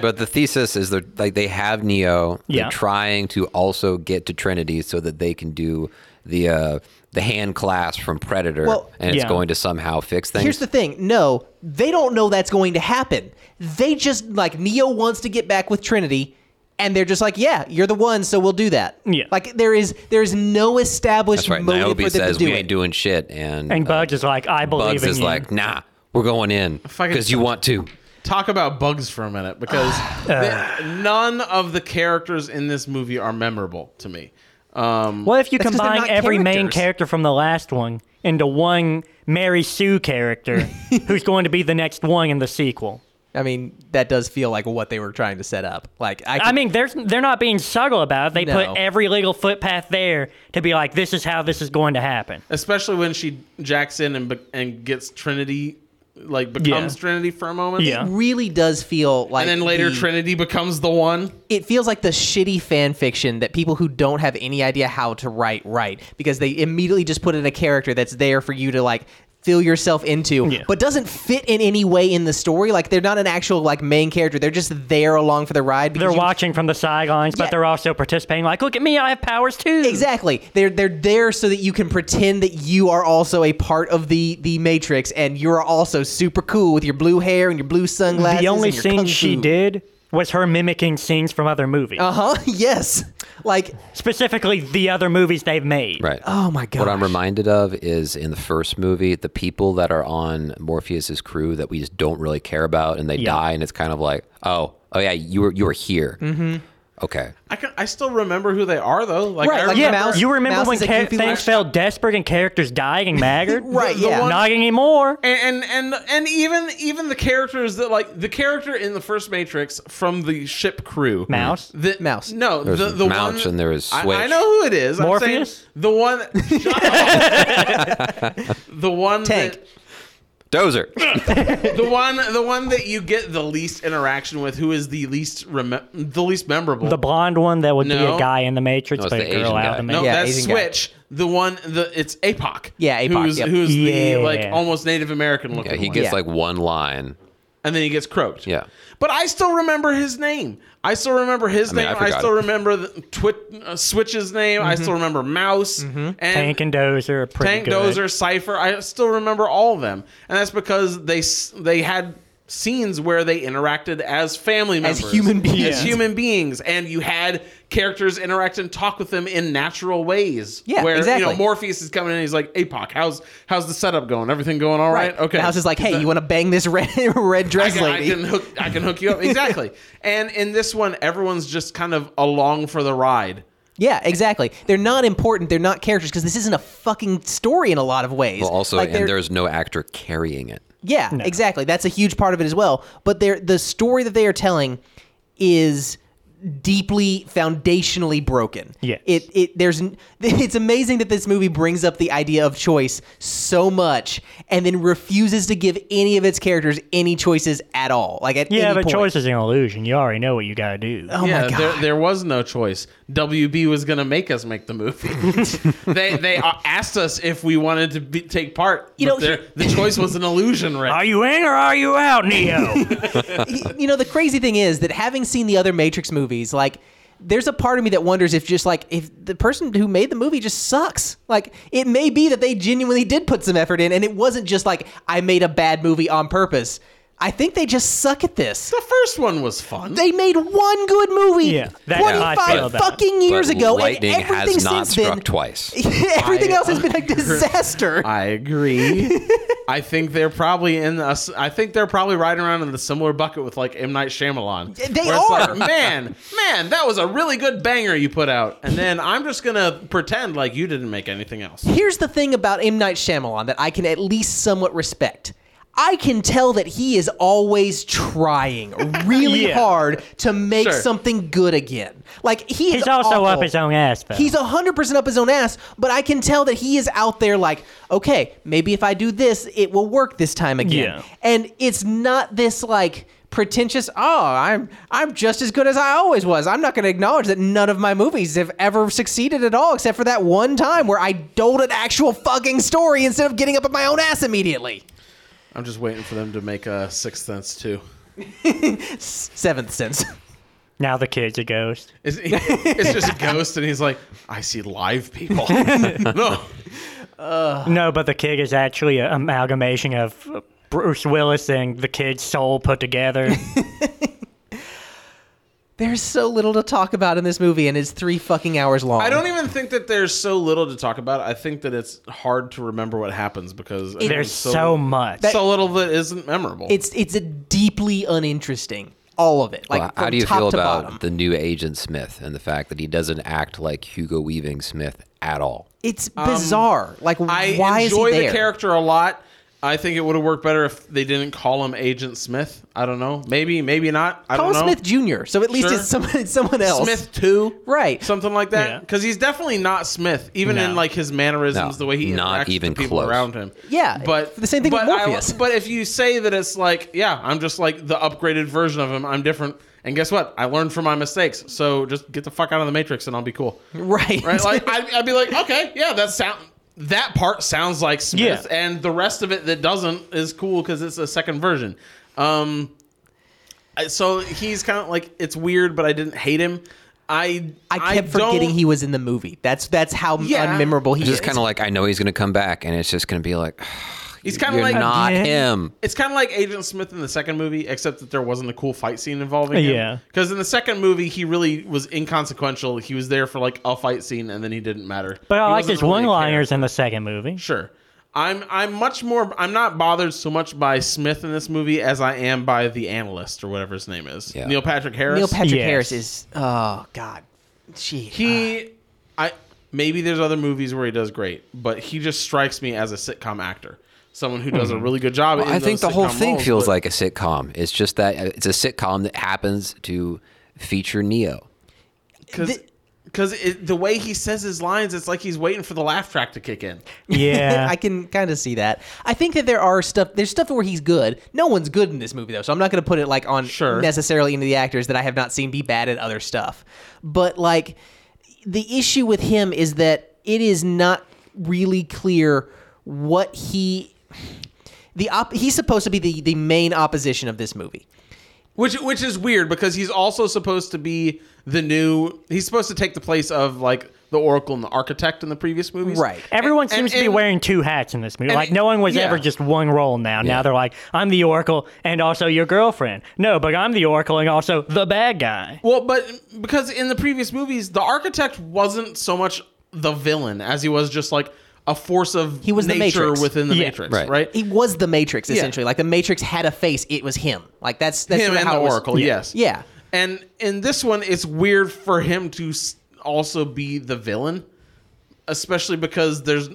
but the thesis is they're like they have Neo. Yeah. They're trying to also get to Trinity so that they can do the uh, the hand clasp from Predator, Well- and it's Yeah. going to somehow fix things. Here's the thing. No, they don't know that's going to happen. They just like Neo wants to get back with Trinity and they're just like, "Yeah, you're the one, so we'll do that." Yeah. Like there is there is no established That's right. motive Niobe for them says to do we it. ain't doing shit, and, And uh, Bugs is like, I believe Bugs in is you. like, nah, we're going in Fucking- because you want to. Talk about bugs for a minute because the- none of the characters in this movie are memorable to me. Um, what if you 'cause they're combine not every main characters. character from the last one into one Mary Sue character who's going to be the next one in the sequel? I mean, that does feel like what they were trying to set up. Like I, I mean, they're they're not being subtle about it. They No. put every legal footpath there to be like, this is how this is going to happen. especially when she jacks in and be- and gets Trinity, like becomes Yeah. Trinity for a moment. Yeah. really does feel like And then later the- Trinity becomes the one. it feels like the shitty fan fiction that people who don't have any idea how to write write because they immediately just put in a character that's there for you to like feel yourself into Yeah. but doesn't fit in any way in the story like they're not an actual like main character they're just there along for the ride because They're you- watching from the sidelines, Yeah. but they're also participating. Like, look at me, I have powers too. Exactly. They're they're there so that you can pretend that you are also a part of the the Matrix and you're also super cool with your blue hair and your blue sunglasses. The only and your kung scene she fu. did was her mimicking scenes from other movies, Uh huh. Yes. Like specifically the other movies they've made. Right. oh my god. What I'm reminded of is in the first movie, the people that are on Morpheus's crew that we just don't really care about, and they Yeah. die, and it's kind of like, oh, oh yeah, you were you were here. Mm-hmm. Okay. I can, I still remember who they are though. Like, Right, I like Yeah, Mouse- you remember Mouse when is a cha- goofy things last- fell desperate and characters dying and maggard? Right, The yeah. one- Not anymore. and and and, and even even the characters that like the character in the first Matrix from the ship crew Mouse? the, Mouse. no There's the the Mouse one and there is I- I, Switch. know who it is I'm saying Morpheus? the one shut up. the one Tank. Dozer. that, the one the one that you get the least interaction with who is the least rem- the least memorable The blonde one that would be No. a guy in the Matrix, No, it's but a the girl Asian out guy. of the no Matrix. Yeah, that's Asian guy. Switch the one the it's Apoc Yeah, Apoc, who's yep. who's Yeah. the like almost Native American looking Yeah, he one. gets Yeah. like one line. and then he gets croaked Yeah. But I still remember his name. I still remember his mean, name. I I, forgot still it. remember the twi- uh, Switch's name. I still remember Mouse and Mm-hmm. Tank and Dozer are pretty Tank good. Dozer, Cipher. I still remember all of them, and that's because they s- they had scenes where they interacted as family As members, human beings. as human beings, and you had characters interact and talk with them in natural ways. Yeah, where you exactly. know Morpheus is coming in, he's like, "Apoc, how's how's the setup going? Everything going all right? Okay." Mouse is like, hey, you want to bang this red red I dress can, I lady? can hook I can hook you up exactly. and in this one, everyone's just kind of along for the ride. Yeah, exactly. They're not important. They're not characters because this isn't a fucking story in a lot of ways. Well, also, Like, and they're- there's no actor carrying it. Yeah, exactly. That's a huge part of it as well. But they're, the story that they are telling is deeply foundationally broken. Yes. It it there's n- it's amazing that this movie brings up the idea of choice so much and then refuses to give any of its characters any choices at all. Like at Yeah, any but point. choice is an illusion. You already know what you gotta do. Oh yeah, my god. There, there was no choice. WB was going to make us make the movie. they they uh, asked us if we wanted to be, take part. You You know, he- the choice was an illusion, Are right? you in or are you out, Neo? you know the crazy thing is that having seen the other matrix movies like there's a part of me that wonders if just like if the person who made the movie just sucks like it may be that they genuinely did put some effort in and it wasn't just like i made a bad movie on purpose i think they just suck at this The first one was fun. they made one good movie Yeah, that's how I 25 feel about it. fucking years But ago lightning and everything has not since struck then twice. everything else has been a disaster I agree. I think they're probably in a s I think they're probably riding around in the similar bucket with like M Night Shyamalan. They where it's are. like, man, man, that was a really good banger you put out, and then I'm just gonna pretend like you didn't make anything else. Here's the thing about M. Night Shyamalan that I can at least somewhat respect. I can tell that he is always trying really Yeah. hard to make Sure. something good again. Like he is He's also up awful. his own ass, though. He's hundred percent up his own ass, but I can tell that he is out there like, okay, maybe if I do this, it will work this time again. Yeah. And it's not this like pretentious, oh, I'm I'm just as good as I always was. I'm not gonna acknowledge that none of my movies have ever succeeded at all except for that one time where I doled an actual fucking story instead of getting up at my own ass immediately. I'm just waiting for them to make a Sixth Sense too. Seventh sense. now the kid's a ghost. It's, it's just a ghost, and he's like, I see live people. no, No, but the kid is actually an amalgamation of Bruce Willis and the kid's soul put together. There's so little to talk about in this movie and it's three fucking hours long. I don't even think that there's so little to talk about. I think that it's hard to remember what happens because I think There's it's so much. so little that isn't memorable. it's it's a deeply uninteresting. All of it. Like Well, from how do you top feel to about bottom. the new agent Smith and the fact that he doesn't act like Hugo Weaving Smith at all? It's bizarre. like Um, I why enjoy is he there? the character a lot. I think it would have worked better if they didn't call him Agent Smith. I don't know. Maybe, maybe not. I Call him don't know. Smith Jr. So at least Sure. it's someone it's someone else. Smith too, Right. Something like that. Yeah. Because he's definitely not Smith, even No. in like his mannerisms, No, the way he not interacts with even the people close. around him. Yeah, but the same thing with but I- Morpheus. but if you say that it's like, yeah, I'm just like the upgraded version of him. I'm different. And guess what? I learned from my mistakes. So just get the fuck out of the matrix, and I'll be cool. Right. Right? Like I'd, I'd be like, okay, yeah, that sound that part sounds like Smith, Yeah. and the rest of it that doesn't is cool because it's a second version. Um, I- so he's kind of like it's weird, but I didn't hate him. I I kept forgetting don't- he was in the movie. That's that's how Yeah. unmemorable he It's is. just kind of like I know he's going to come back, and it's just going to be like He's kind you're of like not Again? him. It's kind of like Agent Smith in the second movie, except that there wasn't a cool fight scene involving him. Yeah. Because in the second movie, he really was inconsequential. He was there for like a fight scene, and then he didn't matter. but I He like wasn't his really a one-liners in the second movie. Sure. I'm I'm much more I'm not bothered so much by Smith in this movie as I am by the analyst or whatever his name is. Yeah. Neil Patrick Harris. Neil Patrick Yes. Harris is oh god. Gee. he I maybe there's other movies where he does great, but he just strikes me as a sitcom actor. Someone who does a really good job. Hmm. Well, in I think those the whole sitcom thing roles, feels but- like a sitcom. It's just that uh, it's a sitcom that happens to feature Neo. because The- the way he says his lines, it's like he's waiting for the laugh track to kick in. Yeah. I can kind of see that. I think that there are stuff. There's stuff where he's good. No one's good in this movie though, so I'm not going to put it like on Sure. necessarily into the actors that I have not seen be bad at other stuff. But like, the issue with him is that it is not really clear what he. The op- he's supposed to be the, the main opposition of this movie. Which which is weird because he's also supposed to be the new. He's supposed to take the place of like the Oracle and the Architect in the previous movies. Right. Everyone And- seems to be and- wearing two hats in this movie. and Like it- no one was yeah. ever just one role now. Now they're like, I'm the Oracle and also your girlfriend. No, but I'm the Oracle and also the bad guy. Well, but because in the previous movies, the Architect wasn't so much the villain as he was just like a force of He was the nature Matrix. within the Yeah. Matrix. Right. Right. He was the Matrix essentially. Like the Matrix had a face. It was him. Like that's that's him sorta and how the it was- Oracle. Yes. Yeah. And in this one, it's weird for him to s- also be the villain, especially because there's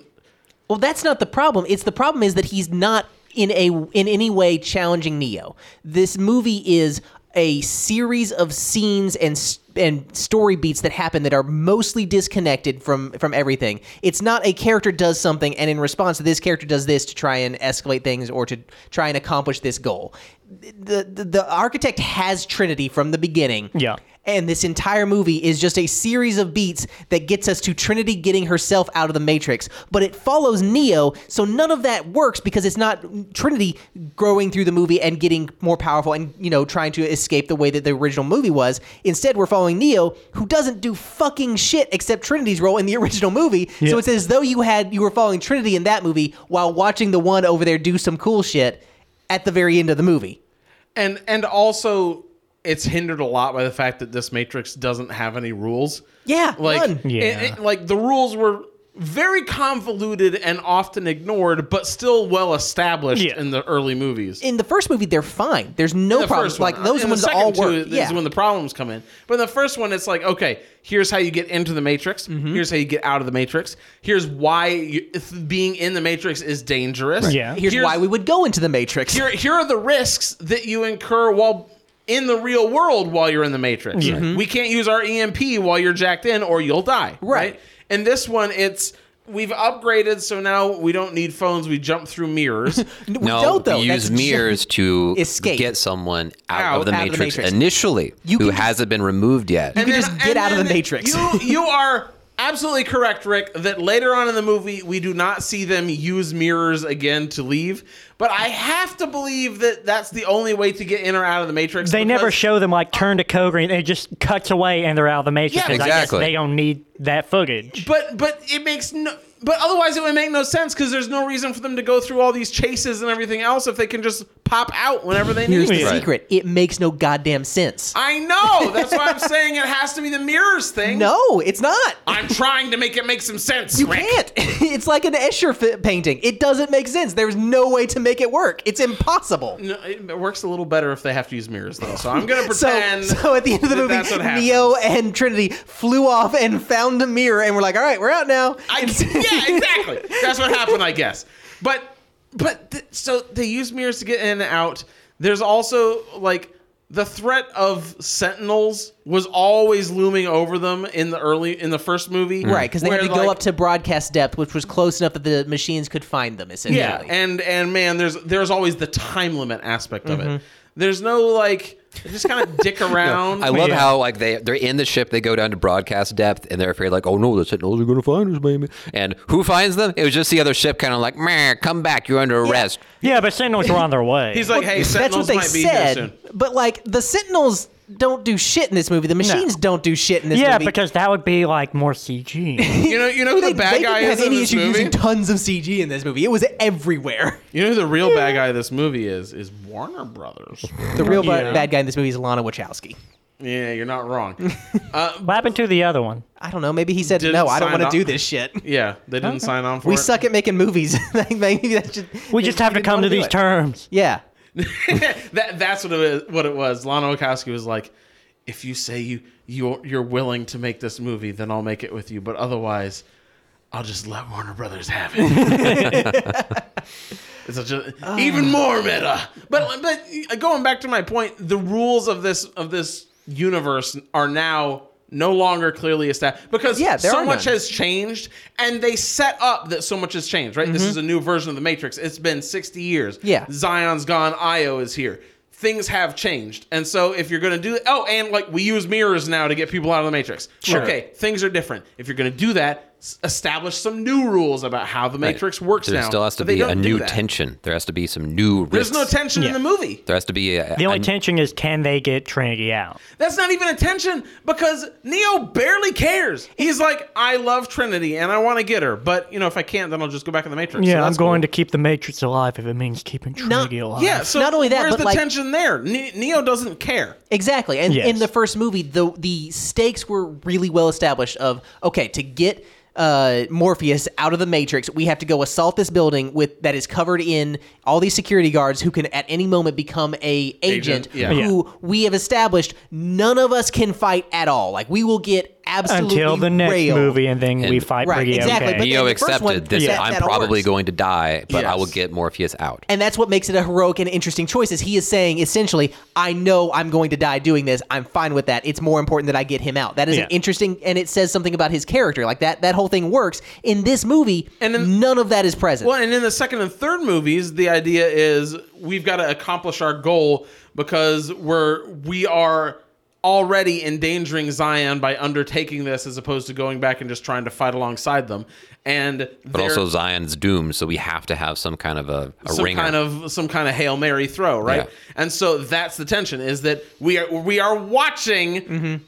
Well, that's not the problem. It's the problem is that he's not in a in any way challenging Neo. This movie is a series of scenes and s- and story beats that happen that are mostly disconnected from from everything. It's not a character does something and in response to this character does this to try and escalate things or to try and accomplish this goal. The the, the architect has Trinity from the beginning. Yeah. And this entire movie is just a series of beats that gets us to Trinity getting herself out of the Matrix, but it follows Neo, so none of that works because it's not Trinity growing through the movie and getting more powerful and, you know, trying to escape the way that the original movie was. Instead, we're following Neo, who doesn't do fucking shit except Trinity's role in the original movie. So it's as though you had you were following Trinity in that movie while watching the one over there do some cool shit at the very end of the movie. and and also it's hindered a lot by the fact that this matrix doesn't have any rules Yeah, like none. it- Yeah. it- like the rules were very convoluted and often ignored but still well established Yeah. in the early movies in the first movie they're fine. There's no the problems. first one. Like those In the ones second all two work. is yeah. when the problems come in. But in the first one, it's like, okay, here's how you get into the matrix. Mm-hmm. Here's how you get out of the matrix. Here's why you, if being in the matrix is dangerous. Yeah. here's, why we would go into the Matrix. Here, here are the risks that you incur while in the real world while you're in the matrix. We can't use our EMP while you're jacked in, or you'll die. Right. And this one, it's. We've upgraded, so now we don't need phones. We jump through mirrors. we no, don't though. you That's use just- mirrors to Escape. get someone out, Out- of, the out of the matrix Matrix. initially, You who can just- hasn't been removed yet. You can just get and out of the then Matrix. You you are absolutely correct, Rick. That later on in the movie, we do not see them use mirrors again to leave. But I have to believe that that's the only way to get in or out of the Matrix. They never because- show them like turn to code green. It just cuts away and they're out of the matrix. Yeah, 'cause I exactly. guess they don't need that footage. But but it makes no. But otherwise, it would make no sense because there's no reason for them to go through all these chases and everything else if they can just pop out whenever they need. Here's the to. Right. secret. It makes no goddamn sense. I know. That's why I'm saying it has to be the mirrors thing. no, it's not. I'm trying to make it make some sense. you Rick. can't. It's like an Escher fi- painting. It doesn't make sense. There's no way to make it work. It's impossible. No, it it works a little better if they have to use mirrors, though. So I'm gonna So, pretend. so at the end of the that movie, that's what happens. Neo and Trinity flew off and found a mirror, and we're like, "All right, we're out now." I, yeah, exactly. That's what happened, I guess. But but th- so they use mirrors to get in and out. There's also like the threat of sentinels was always looming over them in the early in the first movie, Right, because they had where, to go like, up to broadcast depth, which was close enough that the machines could find them. Essentially, yeah, and and man, there's there's always the time limit aspect of Mm-hmm. it. There's no like they just kind of dick around. I love Yeah. how like they they're in the ship. They go down to broadcast depth, and they're afraid like, oh no, the sentinels are gonna find us, baby. And who finds them? It was just the other ship, kind of like, man, come back, you're under arrest. yeah, but Sentinels were on their way. He's like, hey, that's what sentinels they might be here soon. said. But like the Sentinels don't do shit in this movie. The machines don't do shit in this yeah, movie. because that would be like more CG. You know, you know who they, the bad they guy didn't is have in any this issue movie. using tons of CG in this movie. It was everywhere. you know who the real bad guy of this movie is? Is Warner Brothers. The real ba- Yeah. bad guy in this movie is Lana Wachowski. yeah, you're not wrong. what happened to the other one? I don't know. Maybe he said Didn't no. I don't sign want to do up. this shit. Yeah, they didn't sign on for We it. suck at making movies. Like, maybe that's just, We just they have to didn't come wanna to do these it. terms. Yeah. That that's what it was, what it was. Lana Wachowski was like, if you say you you're you're willing to make this movie, then I'll make it with you. But otherwise, I'll just let Warner Brothers have it. it's such a, Ah. even more meta. But but going back to my point, the rules of this of this universe are now no longer clearly established because Yeah, there are so much none. has has changed and they set up that so much has changed, right? This is a new version of the Matrix. It's been 60 years. Mm-hmm. Yeah. Zion's gone, Io is here. Things have changed. And so if you're going to do oh, and like we use mirrors now to get people out of the Matrix. Okay, things are different. If you're going to do that, s- establish some new rules about how the Matrix works There now. still has to But they be a don't do new that. tension. There has to be some new There's risks. no tension in the movie. There has to be a, The only a- tension is can they get Trinity out? That's not even a tension because Neo barely cares. He's like, I love Trinity and I want to get her, but you know, if I can't, then I'll just go back in the Matrix. Yeah, So I'm that's cool. going to keep the Matrix alive if it means keeping Trinity alive. Yeah, so Not only that, where's but, the like- tension there? Ne- Neo doesn't care. Exactly. And Yes. in the first movie, the the stakes were really well established of okay, to get uh, Morpheus out of the Matrix, we have to go assault this building with that is covered in all these security guards who can at any moment become a agent, Agent, yeah. who we have established none of us can fight at all. Like we will get absolutely until the next rail. movie, and then we And- fight Right, Briggy. exactly, Okay. but Neo then the first one accepted this. presents I'm that probably horse. going to die, but I will Yes. get Morpheus out. And that's what makes it a heroic and interesting choice is he is saying essentially, I know I'm going to die doing this. I'm fine with that. It's more important that I get him out. That is Yeah. an interesting and it says something about his character. Like that that whole thing works. In this movie, and none of that is present. Well, and in the second and third movies, the idea is we've got to accomplish our goal because we're we are already endangering Zion by undertaking this as opposed to going back and just trying to fight alongside them. And But also Zion's doomed, so we have to have some kind of a, a some ringer. kind of some kind of hail mary throw, right? Yeah. And so that's the tension is that we are we are watching.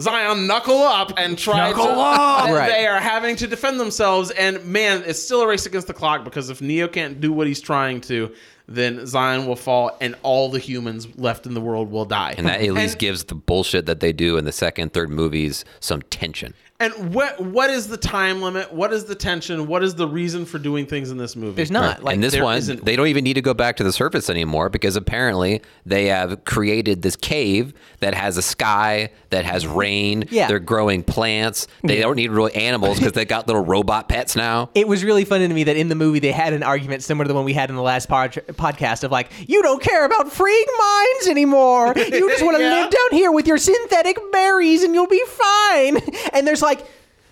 Zion knuckle up and try Knuckle to up! and Right. they are having to defend themselves and man it's still a race against the clock because if Neo can't do what he's trying to then Zion will fall and all the humans left in the world will die. and that at least And- gives the bullshit that they do in the second, third movies some tension. And what what is the time limit? What is the tension? What is the reason for doing things in this movie? There's not like and this there one, isn't- they don't even need to go back to the surface anymore because apparently they have created this cave that has a sky, that has rain. Yeah. They're growing plants. They don't need real animals because they got little robot pets now. it was really funny to me that in the movie they had an argument similar to the one we had in the last pod- podcast of like you don't care about freeing minds anymore you just want to Yeah. live down here with your synthetic berries and you'll be fine and there's like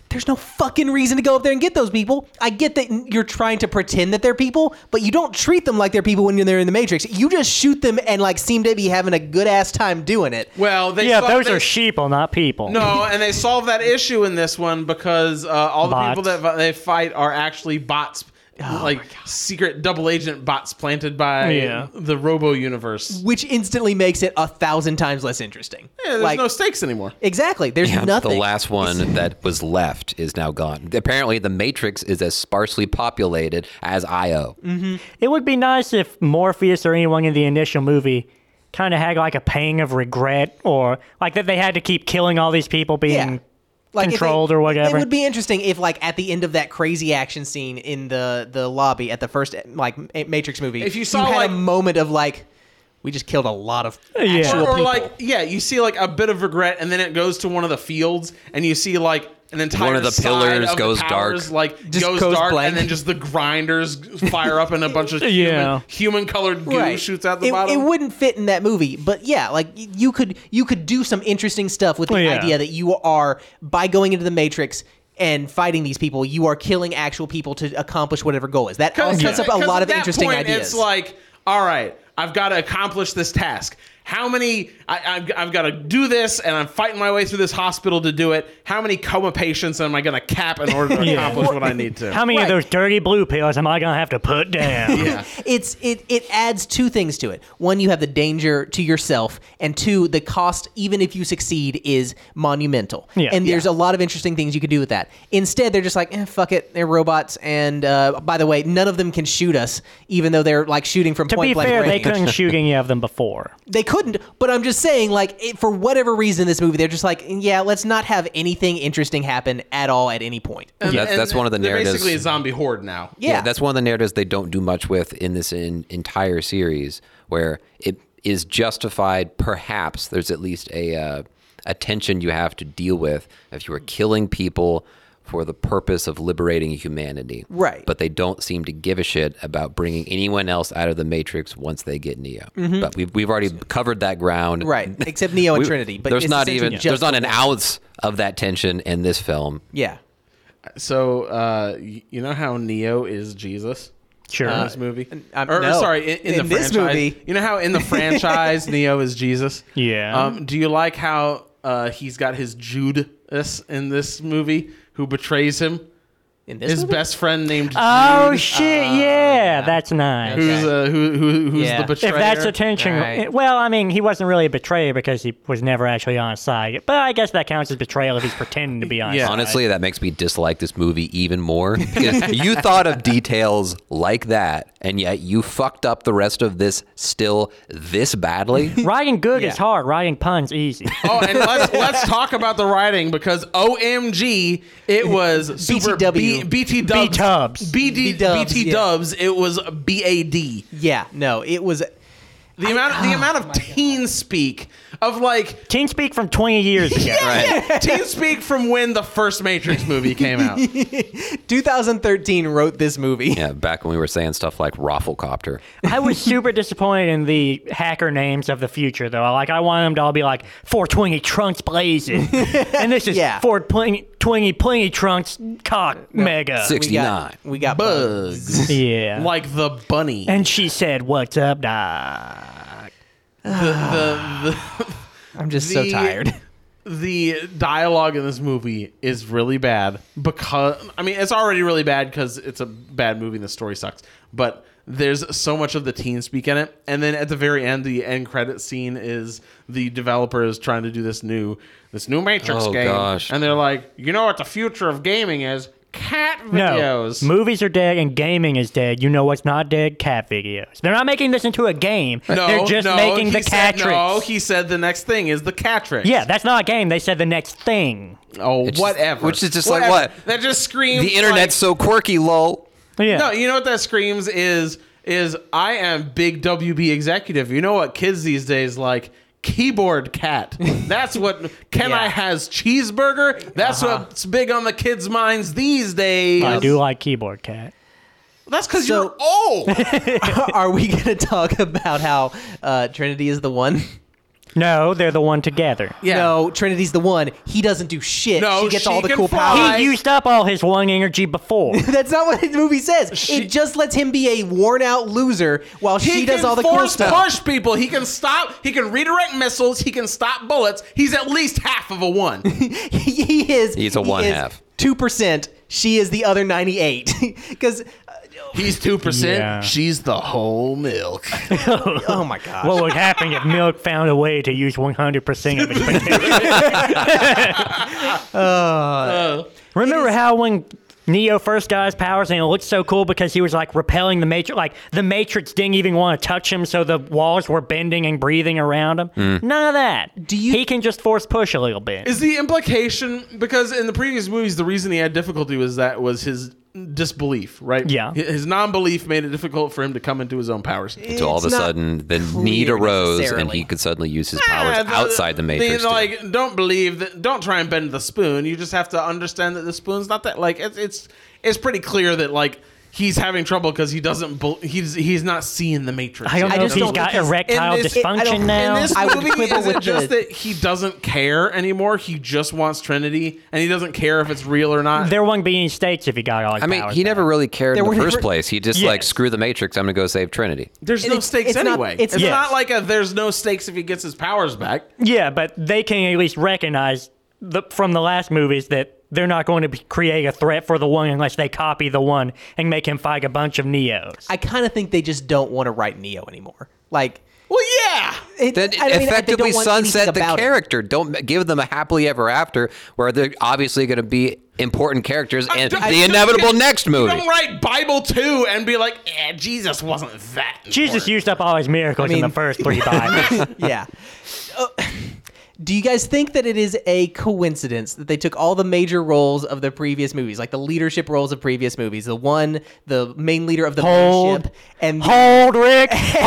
there's no fucking reason to go up there and get those people i get that you're trying to pretend that they're people but you don't treat them like they're people when they're in the matrix you just shoot them and like seem to be having a good ass time doing it well, they Yeah, saw- those they- are sheeple, not people. No, and they solve that issue in this one because uh, all the people Bots. Oh that vi- they fight are actually bots, like secret double agent bots planted by Yeah. the Robo universe. which instantly makes it a thousand times less interesting Yeah, there's like no stakes anymore. exactly there's Yeah, nothing The last one that was left is now gone. Apparently, the Matrix is as sparsely populated as Io. Mm-hmm. It would be nice if Morpheus or anyone in the initial movie kind of had like a pang of regret or like that they had to keep killing all these people being Yeah. Like if they- controlled or whatever. It would be interesting if, like, at the end of that crazy action scene in the the lobby at the first like Ma- Matrix movie, If you saw, had like- a moment of like, we just killed a lot of Yeah. actual Or, or, people. like, yeah, you see like a bit of regret, and then it goes to one of the fields, and you see like an entire One of the side pillars of the goes towers, dark. like Just goes, goes dark, blank. and then just the grinders fire up, and a bunch of Yeah. human, human-colored goo Right. shoots out the it, bottom. It wouldn't fit in that movie, but yeah, like y- you could you could do some interesting stuff with the Well, yeah. idea that you are by going into the Matrix and fighting these people, you are killing actual people to accomplish whatever goal is. That all sets up a because lot at of that interesting point, ideas. It's like, all right, I've got to accomplish this task. How many? I, I've, I've got to do this, and I'm fighting my way through this hospital to do it. How many coma patients am I going to cap in order to accomplish what I need to? How many Right. of those dirty blue pills am I gonna have to put down? it's it it adds two things to it. One, you have the danger to yourself, and two, the cost, even if you succeed, is monumental. Yeah. And there's a lot of interesting things you could do with that. Instead, they're just like, eh, fuck it, they're robots, and uh, by the way, none of them can shoot us, even though they're like shooting from to point be blank fair, they range. couldn't shoot any of them before. Uh, They couldn't. But I'm just saying, like, it, for whatever reason, this movie, they're just like, yeah, let's not have anything interesting happen at all at any point. And- That's- and that's one of the they're narratives. Basically, a zombie horde now. Yeah. that's one of the narratives they don't do much with in this in, entire series, where it is justified. Perhaps there's at least a uh, a tension you have to deal with if you are killing people for the purpose of liberating humanity. Right. But they don't seem to give a shit about bringing anyone else out of the matrix once they get Neo. But we've we've already covered that ground. Mm-hmm. Right, except Neo and We- Trinity. But there's it's not essentially even just there's not the an one. ounce of that tension in this film. Yeah. So, uh, y- you know how Neo is Jesus. Sure. In this movie, um, or, or no. sorry, in, in, In the this franchise, movie. you know how in the franchise Neo is Jesus. Yeah. Um, do you like how uh, he's got his Judas in this movie who betrays him? In this His movie? best friend named oh shit! yeah, that's nice. Jude, who's uh, who, who who's Yeah. the If betrayer. If that's attention, Right. well, I mean, he wasn't really a betrayer because he was never actually on side. But I guess that counts as betrayal if he's pretending to be on Yeah. side. Honestly, that makes me dislike this movie even more because you thought of details like that, and yet you fucked up the rest of this still this badly. writing good is hard. Writing puns easy. oh, and let's let's talk about the writing because OMG, it was super BTW. B, BT dubs, B-tubs. BD, B-dubs, BT yeah. dubs. It was BAD. Yeah, no, it was. The amount the amount Oh of teen speak of like Teen speak from 20 years ago. teen speak from when the first Matrix movie came out. 2013 wrote this movie. Yeah, back when we were saying stuff like Rafflecopter. I was super disappointed in the hacker names of the future, though. Like, I want them to all be like 420 trunks blazing, and this is Yeah. 420 plenty trunks cock mega. We got, 69. we got Bugs. Yeah. Like the bunny. and she said, "What's up, doc?" the, I'm just so The- tired. the the dialogue in this movie is really bad because I mean it's already really bad because it's a bad movie and the story sucks. But there's so much of the teen speak in it, and then at the very end, the end credit scene is the developers trying to do this new this new Matrix Oh, game, gosh. and they're like, you know what the future of gaming is? No, Cat videos. movies are dead and gaming is dead. You know what's not dead? Cat videos. They're not making this into a game. No, They're just no, making the he said- cat No, tricks. he said the next thing is the cat tricks. yeah, that's not a game. They said the next thing. Oh, It's just- whatever. which is just like Whatever. what? That just screams. The internet's so quirky, lol. Yeah. Like, no, you know what that screams is is I am big WB executive. You know what kids these days like keyboard cat. That's what can I Yeah. has cheeseburger. That's what's big on the kids' minds these days. I do like keyboard cat. That's because So- you're old. Are we going to talk about how uh, Trinity is the one? No, they're the one together. Yeah. No, Trinity's the one. He doesn't do shit. No, she gets she all the can cool fly. powers. I- He used up all his one energy before. That's not what his movie says. it just lets him be a worn out loser while she does all the cool force stuff. push people. He can stop. He can redirect missiles. He can stop bullets. He's at least half of a one. he is. He's a he one is half. 2%. She is the other 98. Because, He's two percent. Yeah. She's the whole milk. oh my God. what would happen if Milk found a way to use 100% of his potential? Uh, Remember how when Neo first got his powers and it looked so cool because he was like repelling the Matrix? Like the Matrix didn't even want to touch him, so the walls were bending and breathing around him. Hmm. None of that. Do you- He can just force push a little bit. Is the implication because in the previous movies the reason he had difficulty was that was his disbelief, right? Yeah. Hi- His non-belief made it difficult for him to come into his own powers. Until all of a not sudden, the need arose and necessarily. Ah, he could suddenly use his powers Yeah, the- outside the Matrix. The, to- like, don't believe that. Don't try and bend the spoon. You just have to understand that the spoon's not that. Like, it's it's it's pretty clear that like he's having trouble because he doesn't. bel he's he's not seeing the Matrix. I don't I know just if he's don't got think he's- erectile in this- it- I dysfunction don't- in now. In this I would movie, quibble is it with just the- that he doesn't care anymore? He just wants Trinity, and he doesn't care if it's real or not. there wouldn't be any stakes if he got all his I mean, powers he back. never really cared There in were the first never- place. He just Yes. like screw the Matrix. I'm gonna go save Trinity. There's no It's- stakes it's not- anyway. it's- it's Yes. not like a there's no stakes if he gets his powers back. Yeah, but they can at least recognize the, from the last movies that they're not going to be, create a threat for the one unless they copy the one and make him fight a bunch of Neos. I kind of think they just don't want to write Neo anymore. Like, Well, yeah. it, I Then mean, they don't effectively want sunset anything the about it. character. Don't m- give them a happily ever after, where they're obviously going to be important characters I in don't- I the don't inevitable get- next you movie. Don't write Bible two and be like, eh, Jesus wasn't that. Important. Jesus used up all his miracles mean- in the first three Bibles. yeah. Uh, do you guys think that it is a coincidence that they took all the major roles of the previous movies, like the leadership roles of previous movies, the one, the main leader of the main Hold. ship, and hold, Rick. Hold.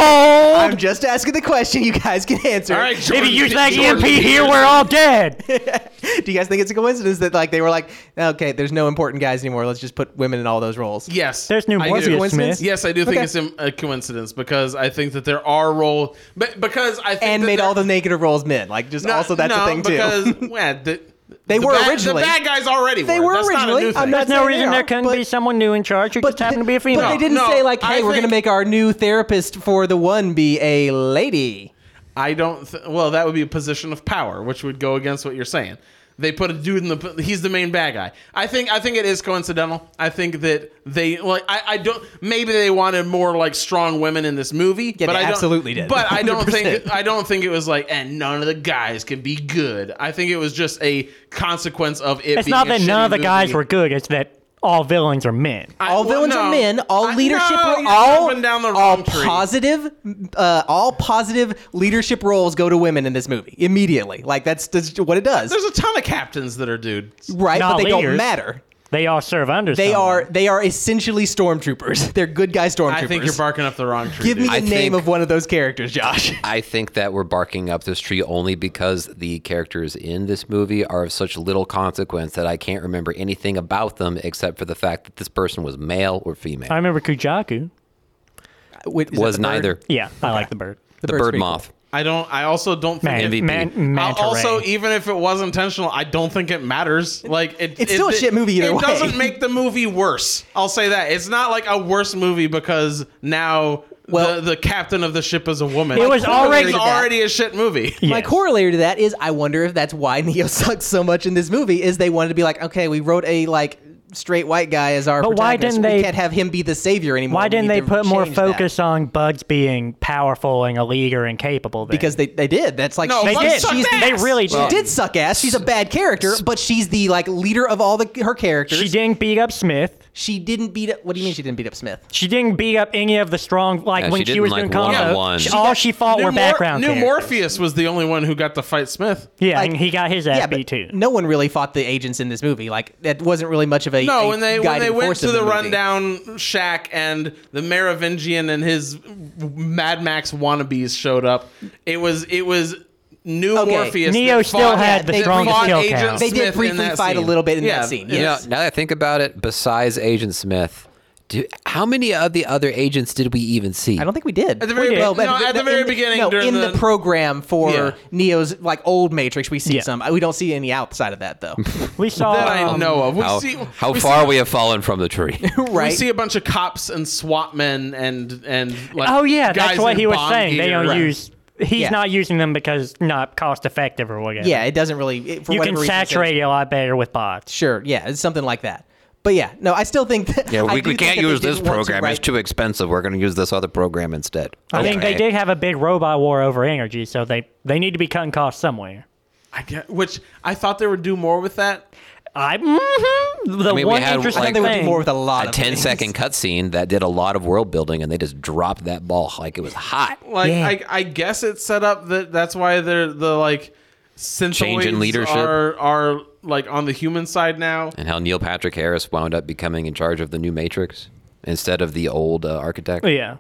I'm just asking the question. You guys can answer. All right, if Jordan, you use that Jordan EMP here, we're all dead. Do you guys think it's a coincidence that like they were like, okay, there's no important guys anymore. Let's just put women in all those roles. Yes. There's new I Morpheus do. Coincidence? Smith. Yes, I do think Okay. it's a coincidence because I think that there are role, but because I think And that made there- all the negative roles men. Like just No, also that's no, a thing because, too. yeah, the, They the were bad, originally. The bad guys already They were. were That's Not a originally. new thing. I'm not There's no saying reason they there are, couldn't but- be someone new in charge who just happened to be a But female. they didn't No, say like, I hey, we're gonna think- make our new therapist for the one be a lady. I don't. Th- well, that would be a position of power, which would go against what you're saying. They put a dude in the. He's the main bad guy. I think. I think it is coincidental. I think that they like. I, I don't. Maybe they wanted more like strong women in this movie. Yeah, but they I don't- absolutely did. But I don't think. 100%. I don't think it was like. And none of the guys can be good. I think it was just a consequence of it. it's being not a that none of the shitty guys movie. were good. It's that all villains are men. I- all well, villains no. are men. All I- leadership, no, ro- you're all jumping down the all wrong tree. positive, uh, all positive leadership roles go to women in this movie immediately. Like that's, that's what it does, There's a ton of captains that are dudes. right? Not but they don't leaders. matter. They all serve under. They someone. are they are essentially stormtroopers. They're good guy stormtroopers. I think you're barking up the wrong tree. Give me dude. the I name think- of one of those characters, Josh. I think that we're barking up this tree only because the characters in this movie are of such little consequence that I can't remember anything about them except for the fact that this person was male or female. I remember Kujaku. Wait, is that was the bird? neither Yeah, I like the bird. the, bird's bird pretty moth. I don't. I also don't think. Man, it- MVP. man, man I'll- also, Teray. even if it was intentional, I don't think it matters. Like it, It's it- still a it- shit movie either It way. doesn't make the movie worse. I'll say that it's not like a worse movie because now Well- the, the captain of the ship is a woman. It Like, was already- it was already a shit movie. My Yes. corollary to that is I wonder if that's why Neo sucks so much in this movie is they wanted to be like, okay, we wrote a like straight white guy as our But why protagonist. didn't we they- can't have him be the savior anymore. Why We didn't need they to put more change that. focus on Bugs being powerful and a leaguer and capable? Then? Because they, they did. That's like No, she- they Bugs did. sucked She's- ass. they really she did. did suck ass. She's a bad character, but she's the like leader of all the her characters. She didn't beat up Smith. She didn't beat up. What do you mean she didn't beat up Smith? She didn't beat up any of the strong. Like Yeah, when she she, didn't, was like, doing combo, one-on-one. she- all she fought New were Mor- background. New characters. Morpheus was the only one who got to fight Smith. Yeah, Like- and he got his ass yeah, but beat too. no one really fought the agents in this movie. Like that wasn't really much of a No, a when they when guiding they went force to of the, movie. rundown shack and the Merovingian and his Mad Max wannabes showed up, it was it was new Okay, Morpheus. Neo that still fought- had the that strongest fought kill Agent count. They did Smith in briefly that fight a scene. little bit in that scene, it- You know, Yes. now that I think about it, besides Agent Smith, do, how many of the other agents did we even see? I don't think we did. At the very- We did. no, at the very in beginning No, during in the, the- program for Yeah. Neo's like old Matrix, we see Yeah. some. We don't see any outside of that though. We saw. that I um, know of. We how see how we far see, we have fallen from the tree. right? We see a bunch of cops and SWAT men and and like Oh yeah, that's guys what in he was bomb saying. They gear. don't Right. use. He's Yeah. not using them because not cost effective or whatever. yeah, it doesn't really. It, for you whatever can reason, it's- saturate it a lot better with bots. Sure. Yeah, it's something like that. But yeah, no, I still think that. Yeah, I we, do we think can't that they use this didn't want to program. It's write- too expensive. We're going to use this other program instead. I mean, they Okay. did have a big robot war over energy, so they they need to be cutting costs somewhere. I get, which I thought they would do more with that. I mhm. the mean, we one had, interesting I thought like, they would thing. do more with a lot a of 10 things. second cutscene that did a lot of world building and they just dropped that ball like it was hot. Like Yeah. I, I guess it's set up that that's why they're the like Change in synthoids leadership. are are like on the human side now. And how Neil Patrick Harris wound up becoming in charge of the new Matrix instead of the old uh, architect. Oh, yeah.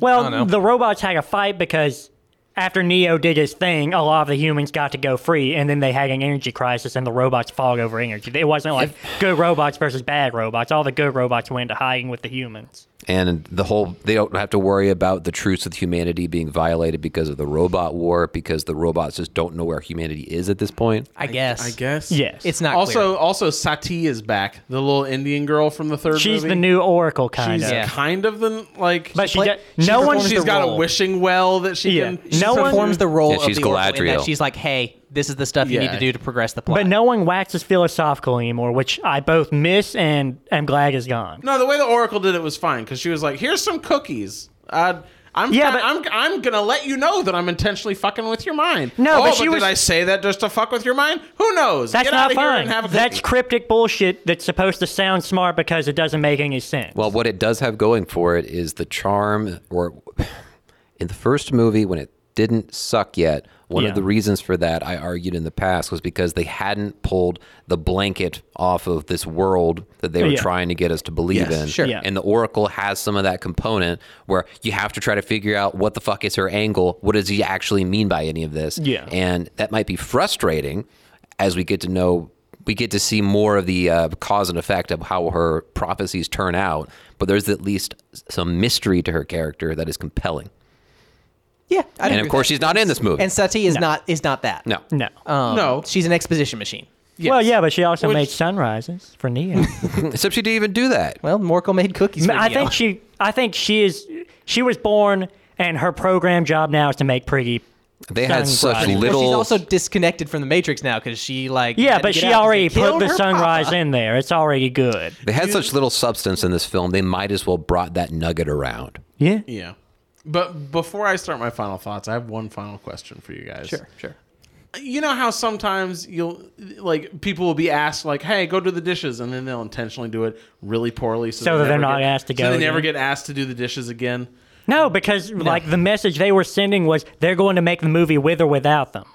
Well, the robots had a fight because after Neo did his thing, a lot of the humans got to go free, and then they had an energy crisis, and the robots fought over energy. It wasn't like good robots versus bad robots. All the good robots went into hiding with the humans. And the whole, they don't have to worry about the truce with humanity being violated because of the robot war, because the robots just don't know where humanity is at this point. I guess. I guess. Yes. it's not. Also, clear. also Sati is back, the little Indian girl from the third She's movie. the new Oracle, kind She's of. Yeah. kind of the like. But she, play- do- she no one. performs she's the got role. a wishing well that she Yeah. can. No she one- performs the role Yeah, of she's the Oracle in that Galadriel. she's like, hey, this is the stuff you need Yeah. to do to progress the plot. But no one waxes philosophical anymore, which I both miss and am glad is gone. No, the way the Oracle did it was fine because she was like, "Here's some cookies." Uh, I'm Yeah, yeah, but- I'm I'm gonna let you know that I'm intentionally fucking with your mind. No, oh, but she was- did I say that just to fuck with your mind? Who knows? That's Get not out of here fine. and have a That's cookie. cryptic bullshit that's supposed to sound smart because it doesn't make any sense. Well, what it does have going for it is the charm, or in the first movie, when it didn't suck yet, one Yeah. of the reasons for that I argued in the past was because they hadn't pulled the blanket off of this world that they were Yeah. trying to get us to believe in. sure. Yeah. And the Oracle has some of that component where you have to try to figure out what the fuck is her angle? What does he actually mean by any of this? Yeah. And that might be frustrating as we get to know, we get to see more of the uh, cause and effect of how her prophecies turn out. But there's at least some mystery to her character that is compelling. yeah, I And of course, she's not in this movie. and Sati is not is not that. no. no. Um, No. she's an exposition machine. Well, yeah, but she also Which- made sunrises for Neo. Mm-hmm. Except she didn't even do that. Well, Morkel made cookies. For I Neo. think she. I think she is. She was born, and her program job now is to make pretty. They had Sunrise. such Well, she's little. Well, she's also disconnected from the Matrix now because she like. had Yeah, to but get she out 'cause already they killed put the her sunrise papa. in there. It's already good. they had such little substance in this film. They might as well brought that nugget around. Yeah. Yeah. But before I start my final thoughts, I have one final question for you guys. Sure, sure. You know how sometimes you'll like people will be asked like, "Hey, go do the dishes," and then they'll intentionally do it really poorly, So so, they that they're never not get- asked to So go they never again. get asked to do the dishes again. No, because like the message they were sending was they're going to make the movie with or without them.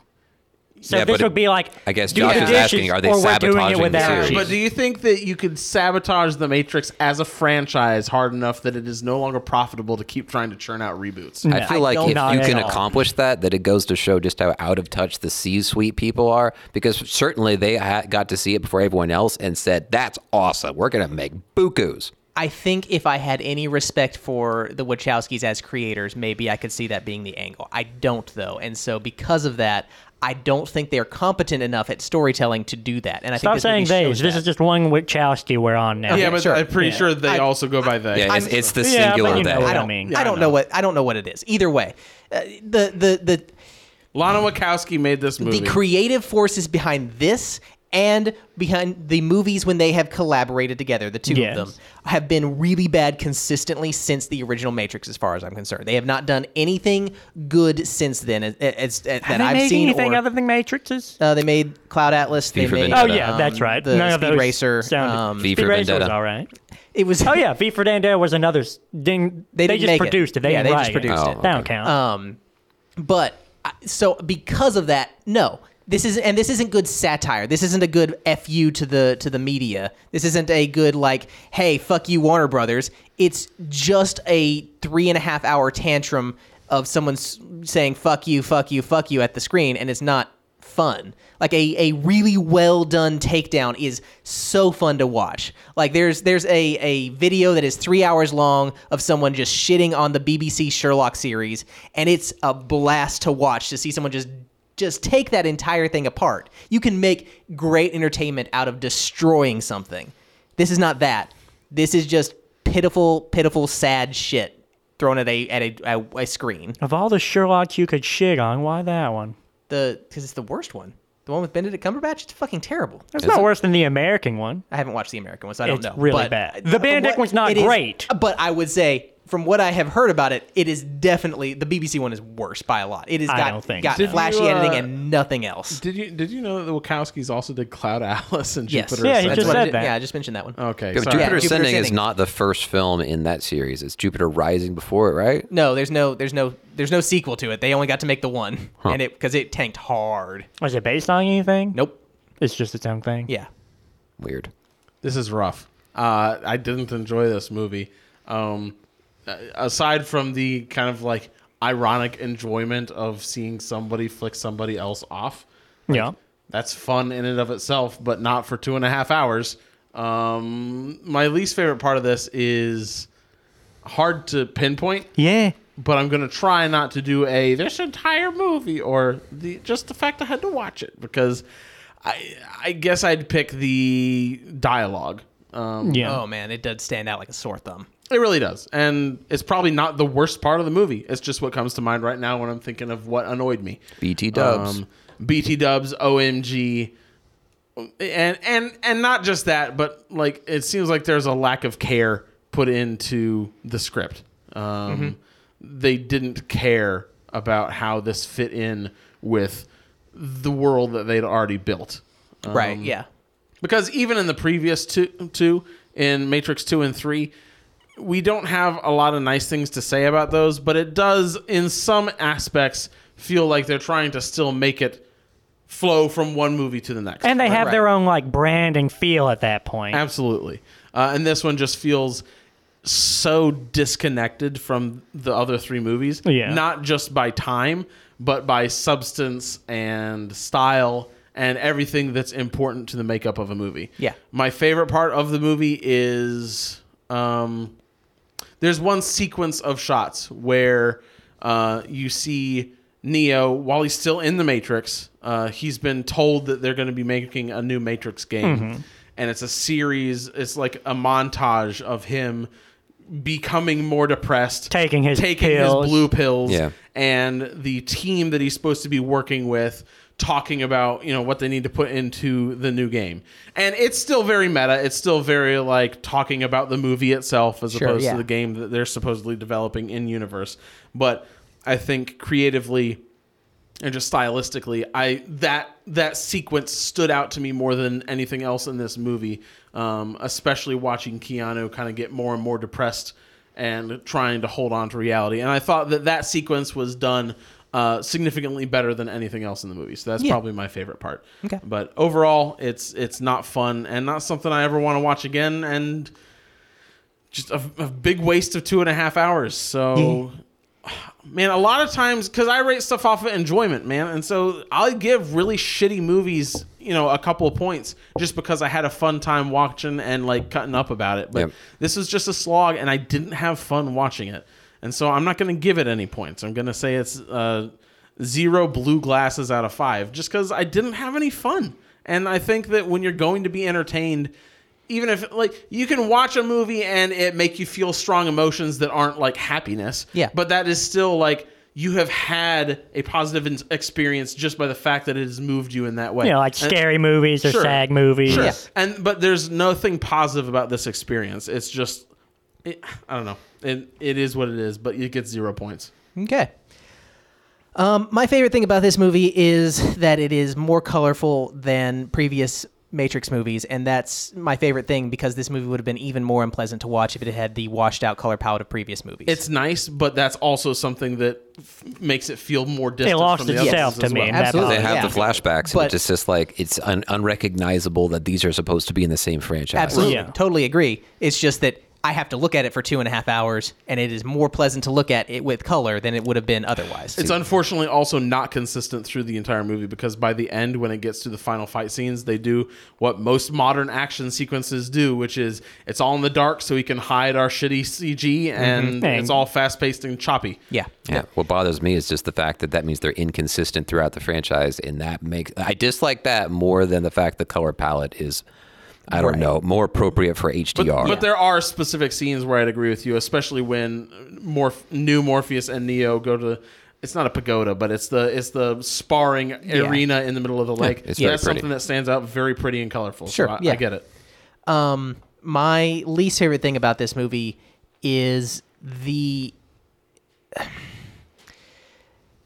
So Yeah, this but would be like I guess do Josh the is dishes, asking, are they or we're doing it sabotaging the without series? you. But do you think that you could sabotage the Matrix as a franchise hard enough that it is no longer profitable to keep trying to churn out reboots? I feel like don't if know you at can all. accomplish that, that it goes to show just how out of touch the C-suite people are. Because certainly they ha- got to see it before everyone else and said, "That's awesome. We're gonna make bukus." I think if I had any respect for the Wachowskis as creators, maybe I could see that being the angle. I don't, though. And so because of that, I don't think they're competent enough at storytelling to do that. And I Stop think this movie saying they. shows This is that. just one Wachowski we're on now. yeah, but sure. I'm pretty Yeah. sure they I- also go by that. Yeah, it's, it's the Yeah, but singular you know they. what I I don't mean. I Yeah, don't I know know. what I don't know what it is. Either way, uh, the the the Lana Wachowski made this movie. the creative forces behind this and behind the movies when they have collaborated together, the two Yes. of them have been really bad consistently since the original Matrix, as far as I'm concerned. They have not done anything good since then, as, as, as- that Have they I've made seen. anything or, other than Matrixes? uh, they made Cloud Atlas. They V for made, Vendetta. Oh yeah, um, that's right. The None of Speed those Racer. sounded- um, V Speed for Racer was Vendetta. all right. it was. Oh yeah, V for Vendetta was another s- ding. They, didn't just make it. produced it. They Yeah, didn't they just write produced it. Oh, it. That don't okay. count. Um, but I- so because of that, no, this is and this isn't good satire. This isn't a good fu to the to the media. This isn't a good like, hey, fuck you, Warner Brothers. It's just a three and a half hour tantrum of someone s- saying fuck you, fuck you, fuck you at the screen, and it's not fun. Like a, a really well done takedown is so fun to watch. Like there's there's a, a video that is three hours long of someone just shitting on the BBC Sherlock series, and it's a blast to watch to see someone just just take that entire thing apart. You can make great entertainment out of destroying something. This is not that. This is just pitiful, pitiful, sad shit thrown at a at a, a, a screen. Of all the Sherlock you could shit on, why that one? The because it's the worst one. The one with Benedict Cumberbatch. It's fucking terrible. That's not worse than the American one. I haven't watched the American one, so I don't It's know. really but, bad. The Benedict one's not it is- great. but I would say, from what I have heard about it, it is definitely the BBC one is worse by a lot. It has I got, don't think got so. Did flashy you, uh, editing and nothing else. Did you did you know that the Wachowskis also did Cloud Atlas and Yes, Jupiter? Yeah, he Ascending? just what I said did- that. Yeah, I just mentioned that one. Okay, Yeah, but sorry. Jupiter, Yeah, Jupiter Ascending is Ascending. not the first film in that series. It's Jupiter Rising before it, right? No, there's no, there's no, there's no sequel to it. They only got to make the one, and it because it tanked hard. Was it based on anything? Nope. It's just its own thing. Yeah. Weird. This is rough. Uh, I didn't enjoy this movie. Um, uh, aside from the kind of like ironic enjoyment of seeing somebody flick somebody else off, Yeah. that's fun in and of itself, but not for two and a half hours. Um, my least favorite part of this is hard to pinpoint, Yeah. but I'm gonna try not to do a this entire movie or the just the fact I had to watch it because I I guess I'd pick the dialogue. Um, Yeah. Oh man, it does stand out like a sore thumb. it really does, and it's probably not the worst part of the movie. It's just what comes to mind right now when I'm thinking of what annoyed me. BT Dubs. Um, BT Dubs, OMG, and and and not just that, but like it seems like there's a lack of care put into the script. Um, They didn't care about how this fit in with the world that they'd already built. right. Yeah. Because even in the previous two, two in Matrix 2 and 3, we don't have a lot of nice things to say about those, but it does, in some aspects, feel like they're trying to still make it flow from one movie to the next. and they have right. their own like brand and feel at that point. Absolutely. Uh, and this one just feels so disconnected from the other three movies. Yeah. Not just by time, but by substance and style and everything that's important to the makeup of a movie. Yeah. My favorite part of the movie is um, there's one sequence of shots where uh, you see Neo while he's still in the Matrix. Uh, he's been told that they're going to be making a new Matrix game, Mm-hmm. and it's a series. It's like a montage of him becoming more depressed, Taking his taking pills. his blue pills, Yeah. and the team that he's supposed to be working with talking about you know what they need to put into the new game and it's still very meta it's still very like talking about the movie itself as Sure, opposed yeah. to the game that they're supposedly developing in universe but i think creatively and just stylistically i that that sequence stood out to me more than anything else in this movie um, especially watching keanu kind of get more and more depressed and trying to hold on to reality and i thought that that sequence was done uh, significantly better than anything else in the movie. So that's probably my favorite part. Okay. But overall, it's it's not fun and not something I ever want to watch again. And just a, a big waste of two and a half hours. So, man, a lot of times because I rate stuff off of enjoyment, man, and so I give really shitty movies, you know, a couple of points just because I had a fun time watching and like cutting up about it. But Yep. this is just a slog, and I didn't have fun watching it, and so I'm not going to give it any points. I'm going to say it's uh, zero blue glasses out of five, just because I didn't have any fun. And I think that when you're going to be entertained, even if like you can watch a movie and it make you feel strong emotions that aren't like happiness Yeah. but that is still like you have had a positive in- experience just by the fact that it has moved you in that way You know, like And- scary movies or Sure. SAG movies. sure. Yeah. and but there's nothing positive about this experience it's just it, i don't know it, it is what it is but it gets zero points Okay. Um, my favorite thing about this movie is that it is more colorful than previous Matrix movies, and that's my favorite thing because this movie would have been even more unpleasant to watch if it had the washed out color palette of previous movies. it's nice but that's also something that f- makes it feel more distant lost from the itself others to as me. well. That Absolutely. They have yeah. the flashbacks, But- and it's just like it's un- unrecognizable that these are supposed to be in the same franchise. Absolutely. Yeah. Totally agree. It's just that I have to look at it for two and a half hours, and it is more pleasant to look at it with color than it would have been otherwise. It's unfortunately also not consistent through the entire movie because by the end, when it gets to the final fight scenes, they do what most modern action sequences do, which is it's all in the dark so we can hide our shitty CG and Mhm. it's all fast paced and choppy. yeah. Yeah. What bothers me is just the fact that that means they're inconsistent throughout the franchise, and that makes I dislike that more than the fact the color palette is, I don't know, more appropriate for HDR. But, but there are specific scenes where I'd agree with you, especially when Morph- new Morpheus and Neo go to. It's not a pagoda, but it's the it's the sparring arena in the middle of the lake. it's very That's pretty. something that stands out very pretty and colorful. Sure, so I, yeah. I get it. Um, my least favorite thing about this movie is the.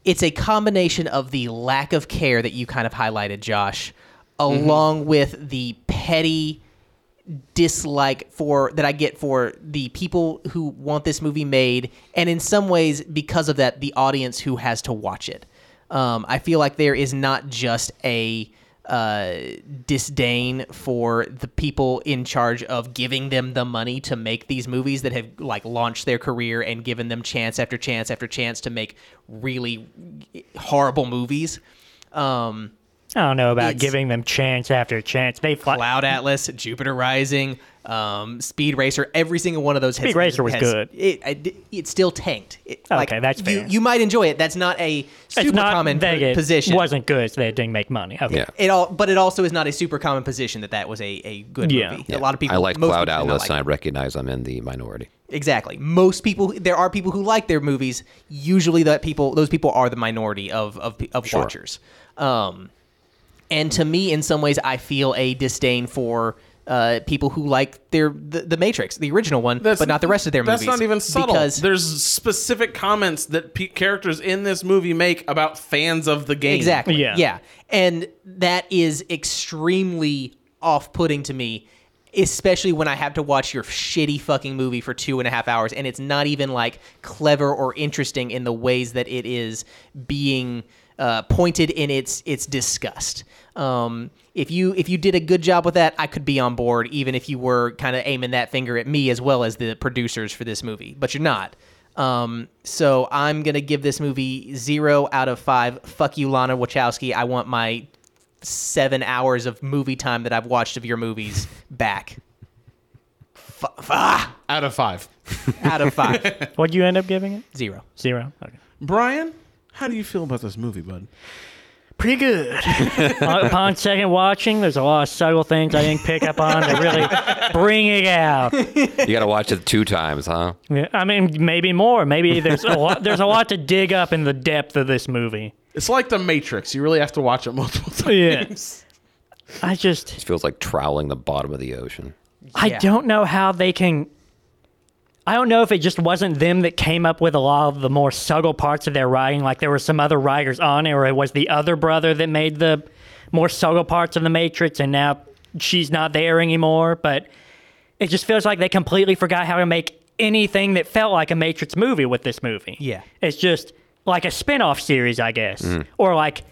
It's a combination of the lack of care that you kind of highlighted, Josh, along with the petty dislike for that I get for the people who want this movie made, and in some ways, because of that, the audience who has to watch it. Um, I feel like there is not just a uh, disdain for the people in charge of giving them the money to make these movies that have like launched their career and given them chance after chance after chance to make really horrible movies. Um, I don't know about It's- giving them chance after chance. They fly. Cloud Atlas, Jupiter Rising, um, Speed Racer. Every single one of those. Has, Speed Racer was has- good. It, it it still tanked. It, Okay, that's you, fair. You might enjoy it. That's not a super it's not common that po- it position. wasn't good, so they didn't make money. Okay. yeah. It all, but it also is not a super common position that that was a, a good Yeah. movie. Yeah. A lot of people. I like most Cloud people did not Atlas, like and I it. recognize I'm in the minority. Exactly. Most people. There are people who like their movies. Usually, that people those people are the minority of of, of watchers. Um, and to me, in some ways, I feel a disdain for uh, people who like their the, the Matrix, the original one, but not the rest of their that's movies. not even subtle. Because There's specific comments that pe- characters in this movie make about fans of the game. Exactly. Yeah. Yeah. And that is extremely off putting to me, especially when I have to watch your shitty fucking movie for two and a half hours and it's not even like clever or interesting in the ways that it is being uh, pointed in its its disgust. Um, if you if you did a good job with that, I could be on board, even if you were kind of aiming that finger at me as well as the producers for this movie. But you're not. Um, so I'm gonna give this movie zero out of five. Fuck you, Lana Wachowski. I want my seven hours of movie time that I've watched of your movies back. Fu- ah, Out of five. out of five, What'd you end up giving it? zero. Zero. Okay. Brian, how do you feel about this movie, bud? Pretty good. Uh, Upon second watching, there's a lot of subtle things I didn't pick up on to really bring it out. You got to watch it two times, huh? Yeah, I mean, maybe more. Maybe there's a lot. There's a lot to dig up in the depth of this movie. It's like The Matrix. You really have to watch it multiple times. Yeah. I just It feels like trowling the bottom of the ocean. I Yeah. don't know how they can. I don't know if it just wasn't them that came up with a lot of the more subtle parts of their writing. Like there were some other writers on it, or it was the other brother that made the more subtle parts of the Matrix, and now she's not there anymore. But it just feels like they completely forgot how to make anything that felt like a Matrix movie with this movie. Yeah. It's just like a spin-off series, I guess, or like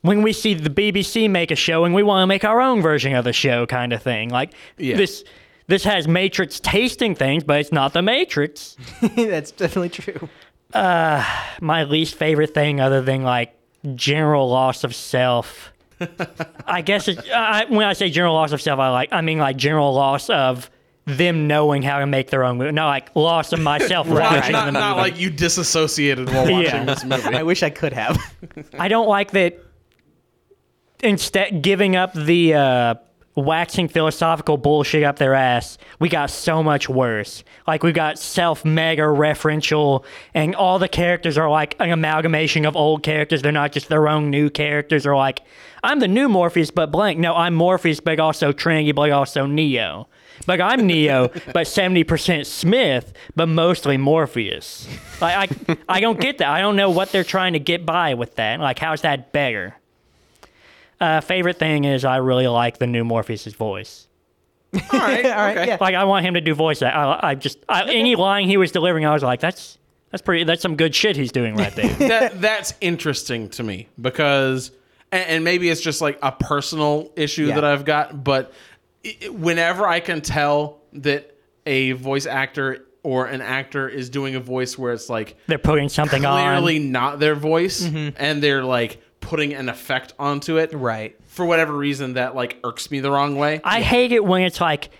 when we see the BBC make a show and we want to make our own version of the show, kind of thing. Like Yeah. this, this has Matrix tasting things, but it's not the Matrix. That's definitely true. My least favorite thing, other than like general loss of self. I guess it, I, when I say general loss of self, I like I mean like general loss of them knowing how to make their own movie, not like loss of myself watching the not, movie. not like you disassociated while watching Yeah. this movie. I wish I could have. I don't like that. Instead, giving up the uh, waxing philosophical bullshit up their ass, we got so much worse. Like we got self mega referential, and all the characters are like an amalgamation of old characters. They're not just their own new characters. Are like, I'm the new Morpheus, but blank. No, I'm Morpheus, but also Trinity, but also Neo. Like I'm Neo, but seventy percent Smith, but mostly Morpheus. Like I, I don't get that. I don't know what they're trying to get by with that. Like how's that better? Uh, favorite thing is I really like the new Morpheus's voice. All right, All right, okay. yeah. Like I want him to do voice. act. I, I just I, any line he was delivering, I was like, that's that's pretty. That's some good shit he's doing right there. that that's interesting to me because and, and maybe it's just like a personal issue Yeah. that I've got, but i- i- whenever I can tell that a voice actor or an actor is doing a voice where it's like they're putting something clearly on. Mm-hmm. not their voice and they're like putting an effect onto it. Right. For whatever reason that like irks me the wrong way. I hate it when it's like,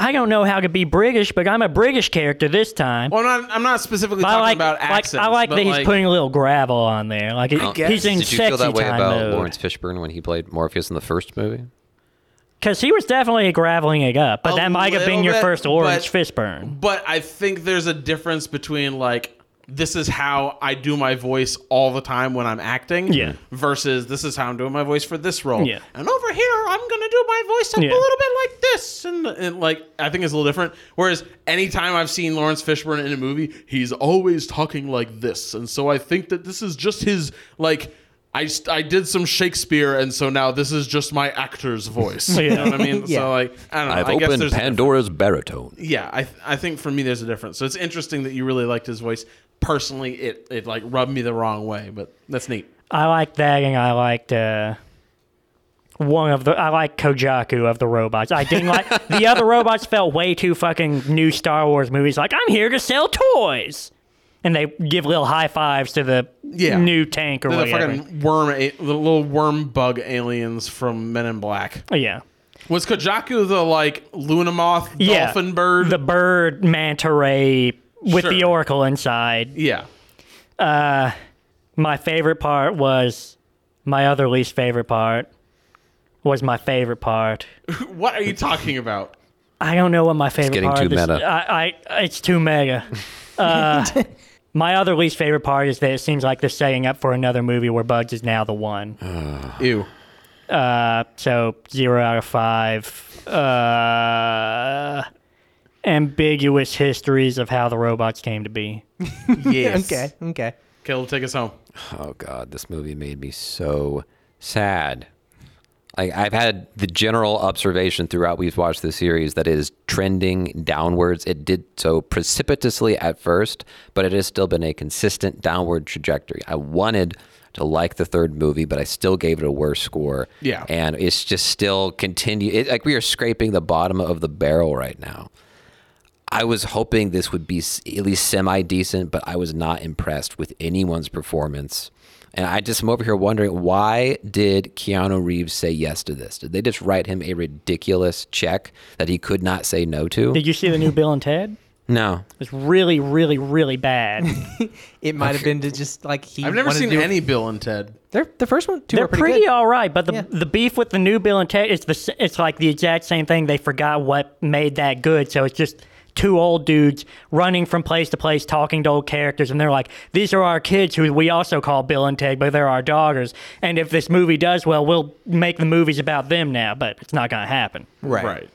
I don't know how to be British, but I'm a British character this time. well, I'm not, I'm not specifically I talking like, about like, accents. I like but, that he's putting a little gravel on there. Like it- guess. he's in Did you sexy feel that way time about mode. Lawrence Fishburne when he played Morpheus in the first movie? Because he was definitely graveling it up, but A that might have little been your bit, first orange but- fist burn. But I think there's a difference between like this is how I do my voice all the time when I'm acting, Yeah. versus this is how I'm doing my voice for this role. Yeah. And over here, I'm gonna do my voice up Yeah. a little bit like this, and, and like I think it's a little different. Whereas anytime I've seen Lawrence Fishburne in a movie, he's always talking like this, and so I think that this is just his like. I, s- I did some Shakespeare, and so now this is just my actor's voice. You know Yeah. what I mean? Yeah. So like I don't know. I've I guess opened there's a Pandora's baritone. yeah, I, th- I think for me there's a difference. So it's interesting that you really liked his voice. Personally, it it like rubbed me the wrong way, but that's neat. I liked that, and I liked uh, one of the. I like Kojaku of the robots. I didn't like the other robots. Felt way too fucking new Star Wars movies. Like I'm here to sell toys, and they give little high fives to the Yeah. new tank or They're the whatever. fucking worm, a- the little worm bug aliens from Men in Black. yeah, Was Kajaku the like Lunamoth yeah. dolphin bird? the bird manta ray with the Sure. Oracle inside. yeah, my favorite part was my other least favorite part was my favorite part. what are you talking about? I don't know what my favorite getting part too of this- meta. I, I it's too mega. Uh, my other least favorite part is that it seems like they're setting up for another movie where Bugs is now the one. Oh. Uh, Ew. So zero out of five. Uh, ambiguous histories of how the robots came to be. Yes. Okay. Okay. Caleb, take us home. Oh god, this movie made me so sad. Like I've had the general observation throughout we've watched the series that it is trending downwards. It did so precipitously at first, but it has still been a consistent downward trajectory. I wanted to like the third movie, but I still gave it a worse score. Yeah. and it's just still continue. It, like we are scraping the bottom of the barrel right now. I was hoping this would be s- at least semi decent, but I was not impressed with anyone's performance. And I just am over here wondering why did Keanu Reeves say yes to this? Did they just write him a ridiculous check that he could not say no to? Did you see the new Bill and Ted? no. It's really, really, really bad. It might have been to just like he. I've never wanted to seen do- any Bill and Ted. They're, the first one, two They're were pretty, pretty, good. all right, but the Yeah. the beef with the new Bill and Ted it's the s- it's like the exact same thing. They forgot what made that good, so it's just two old dudes running from place to place, talking to old characters, and they're like, "These are our kids, who we also call Bill and Ted, but they're our daughters." And if this movie does well, we'll make the movies about them now, but it's not gonna happen. Right.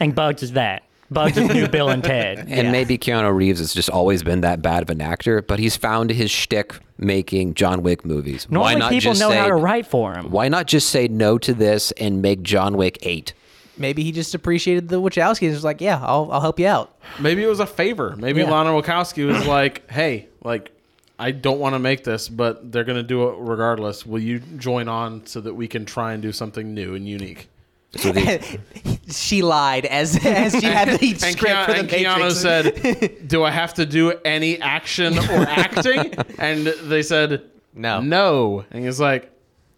And Bugs is that. Bugs is the new Bill and Ted. And maybe Keanu Reeves has just always been that bad of an actor, but he's found his shtick making John Wick movies. Normally, why not people just know say, how to write for him. Why not just say no to this and make John Wick eight? Maybe he just appreciated the Wachowskis and was like, yeah, I'll, I'll help you out. Maybe it was a favor. Maybe Yeah. Lana Wachowski was like, "Hey, like I don't want to make this, but they're going to do it regardless. Will you join on so that we can try and do something new and unique? So the, she lied as as she had the And, script Keanu, for the and Matrix. Keanu said, "Do I have to do any action or acting?" and they said, No. no." And he's like,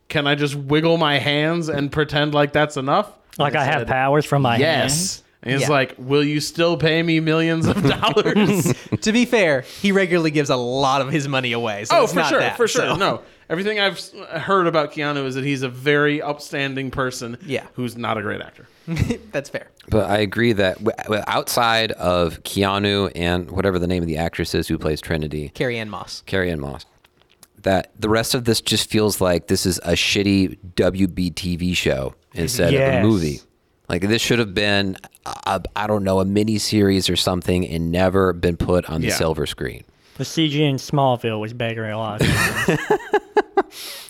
"Can I just wiggle my hands and pretend like that's enough?" Like I have powers from my hands. Yes. And he's Yeah. like, "Will you still pay me millions of dollars?" to be fair, he regularly gives a lot of his money away. So oh, it's for not sure, that, for sure. so- No, everything I've s- heard about Keanu is that he's a very upstanding person. Yeah. who's not a great actor. that's fair. but I agree that w- w- outside of Keanu and whatever the name of the actress is who plays Trinity, Carrie Ann Moss. Carrie Ann Moss, that the rest of this just feels like this is a shitty WB TV show instead Yes. of a movie. Like this should have been, I I don't know, a mini series or something, and never been put on the Yeah. silver screen. The CG in Smallville was begging a lot.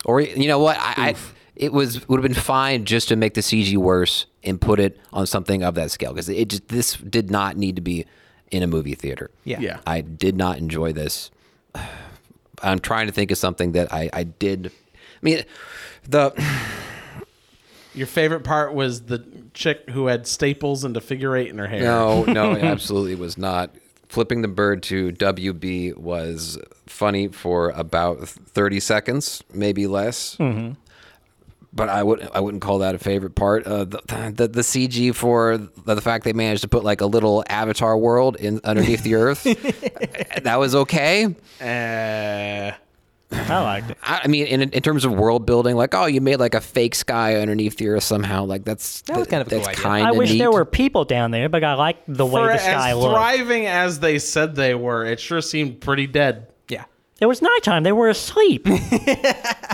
Or you know what? I, I it was would have been fine just to make the CG worse and put it on something of that scale because it just this did not need to be in a movie theater. Yeah. Yeah. I did not enjoy this. I'm trying to think of something that I I did. I mean, the Your favorite part was the chick who had staples and a figure eight in her hair. no no it absolutely was not. Flipping the bird to WB was funny for about 30 seconds, maybe less. but I would I wouldn't call that a favorite part. Uh, the, the the CG for the, the fact they managed to put like a little avatar world in underneath the earth, that was okay. Uh, I liked it. I, I mean, in in terms of world building, like oh, you made like a fake sky underneath the earth somehow. Like that's That was kind of a that's cool idea. kind I of wish neat. there were people down there, but I like the way for the as sky looked. thriving as they said they were, it sure seemed pretty dead. Yeah. it was nighttime. They were asleep. They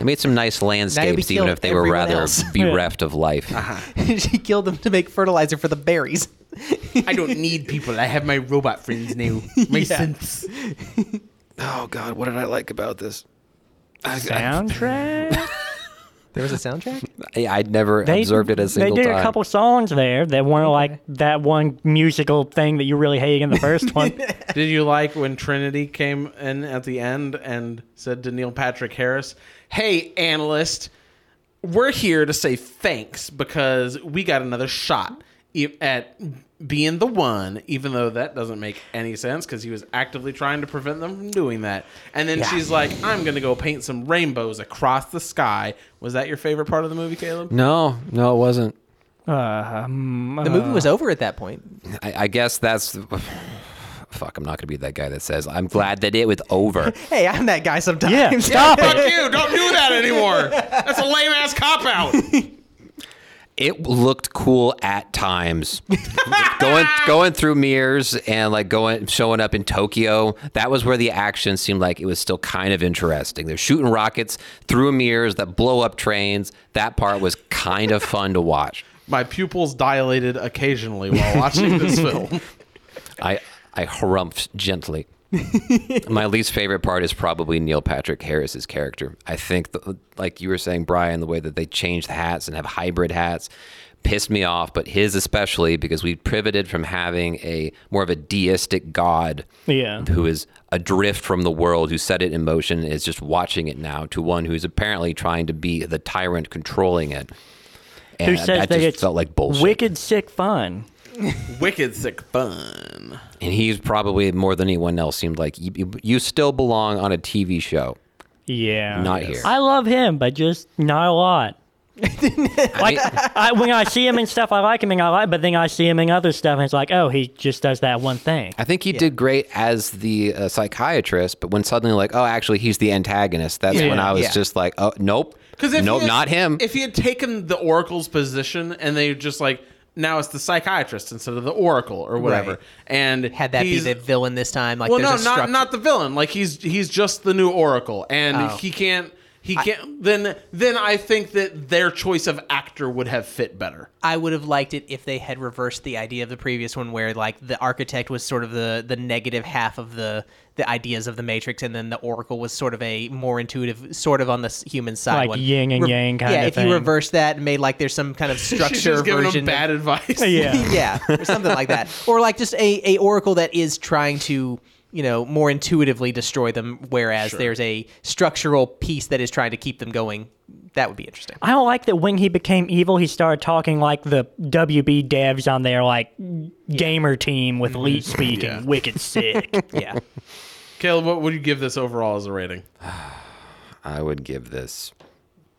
made some nice landscapes, even killed if they were everyone rather else. bereft of life. Uh-huh. she killed them to make fertilizer for the berries. I don't need people. I have my robot friends now. My synths. Oh God, what did I like about this? Soundtrack. There was a soundtrack? I, I'd never observed it a single They did time. a couple songs there that weren't like that one musical thing that you really hated in the first one. Did you like when Trinity came in at the end and said to Neil Patrick Harris, "Hey, analyst, we're here to say thanks because we got another shot e- at being the one, even though that doesn't make any sense because he was actively trying to prevent them from doing that." And then she's like, "I'm going to go paint some rainbows across the sky." Was that your favorite part of the movie, Caleb? no, no, it wasn't. Um, Uh-huh. The movie was over at that point. I, I guess that's. Fuck, I'm not going to be that guy that says, I'm glad that it was over. Hey, I'm that guy sometimes. Yeah, stop Fuck it. you! Don't do that anymore. That's a lame ass cop out. it looked cool at times. going going through mirrors and like going showing up in Tokyo. That was where the action seemed like it was still kind of interesting. They're shooting rockets through mirrors that blow up trains. That part was kind of fun to watch. My pupils dilated occasionally while watching this film. I I harumphed gently. My least favorite part is probably Neil Patrick Harris's character. I think, the, like you were saying, Brian, the way that they changed hats and have hybrid hats pissed me off, but his especially because we pivoted from having a more of a deistic god Yeah. who is adrift from the world, who set it in motion, and is just watching it now, to one who's apparently trying to be the tyrant controlling it. And Who says that that just it's felt like bullshit. wicked sick fun? Wicked sick fun. and he's probably more than anyone else seemed like you, you- you still belong on a TV show, Yeah. not here. I love him, but just not a lot. like I, when I see him and stuff, I like him and I like, but then I see him in other stuff, and it's like, oh, he just does that one thing. I think he did great as the uh, psychiatrist, but when suddenly like, oh, actually he's the antagonist. That's when I was Yeah. just like, oh, nope, Because if he nope, had- not him. If he had taken the Oracle's position and they just like now it's the psychiatrist instead of the Oracle or whatever, Right. and Had that he's- be the villain this time? Like, well, no, there's a not structure. not the villain. Like he's he's just the new Oracle, and Oh. he can't he can't. then then I think that their choice of actor would have fit better. I would have liked it if they had reversed the idea of the previous one, where like the architect was sort of the the negative half of the the ideas of the Matrix, and then the Oracle was sort of a more intuitive, sort of on the s- human side, Like one. yin and yang kinda Yeah, if thing. you reverse that and made like there's some kind of She's structure just giving version, him bad of, advice. Yeah. yeah, or something like that, or like just a a Oracle that is trying to you know, more intuitively destroy them, whereas there's a structural piece that is trying to keep them going. That would be interesting. I don't like that when he became evil, he started talking like the WB devs on their like gamer team Mm-hmm. with Lee speaking, Yeah. wicked sick. Yeah. Caleb, what would you give this overall as a rating? I would give this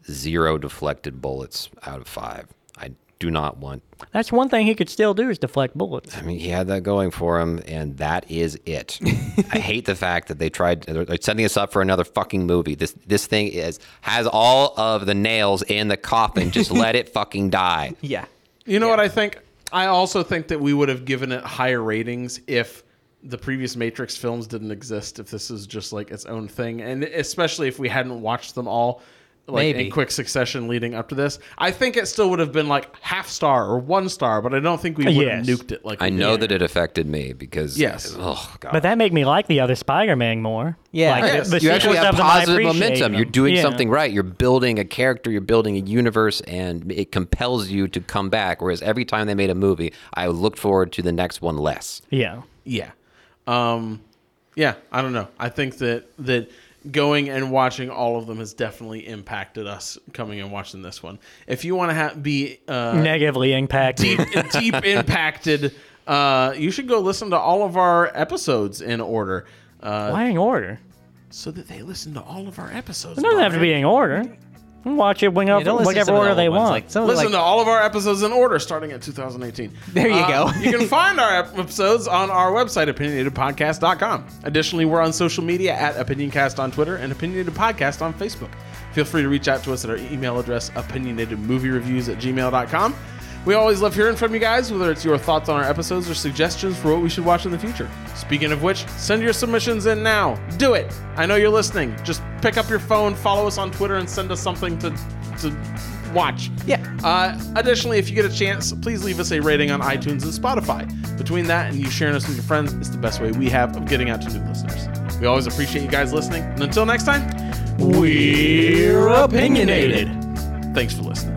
zero deflected bullets out of five. I do not want. That's one thing he could still do is deflect bullets. I mean, he had that going for him, and that is it. I hate the fact that they tried they're they're setting us up for another fucking movie. This this thing is has all of the nails in the coffin. Just let it fucking die. Yeah. You know what I think? I also think that we would have given it higher ratings if the previous Matrix films didn't exist, if this is just like its own thing, and especially if we hadn't watched them all like Maybe. in quick succession leading up to this. I think it still would have been like half star or one star, but I don't think we would Yes. have nuked it like I we know did. that it affected me because Yes. Oh god. But that made me like the other Spider-Man more. Yeah. like, Yes. you actually sequels have of them, I positive appreciate momentum. You're them. doing Yeah. something right. You're building a character. You're building a universe, and it compels you to come back. Whereas every time they made a movie, I looked forward to the next one less. Yeah. Yeah. Um, yeah, I don't know. I think that that going and watching all of them has definitely impacted us coming and watching this one. If you want to ha- be uh, Negatively impacted. deep, deep impacted, uh, you should go listen to all of our episodes in order. Uh, Why in order? so that they listen to all of our episodes. It doesn't have to be Brian. in order. You can Watch it when- don't listen to whatever some of the order old they ones, want. Like, some of the, Listen like- to all of our episodes in order starting at 2018. There you Uh, go. you can find our ep- episodes on our website, opinionatedpodcast.com. Additionally, we're on social media at Opinioncast on Twitter and Opinionated Podcast on Facebook. Feel free to reach out to us at our email address, opinionatedmoviereviews at gmail.com. We always love hearing from you guys, whether it's your thoughts on our episodes or suggestions for what we should watch in the future. Speaking of which, send your submissions in now. Do it. I know you're listening. Just pick up your phone, follow us on Twitter, and send us something to, to watch. Yeah. Uh, additionally, if you get a chance, please leave us a rating on iTunes and Spotify. Between that and you sharing us with your friends, it's the best way we have of getting out to new listeners. We always appreciate you guys listening. And until next time, we're opinionated. Thanks for listening.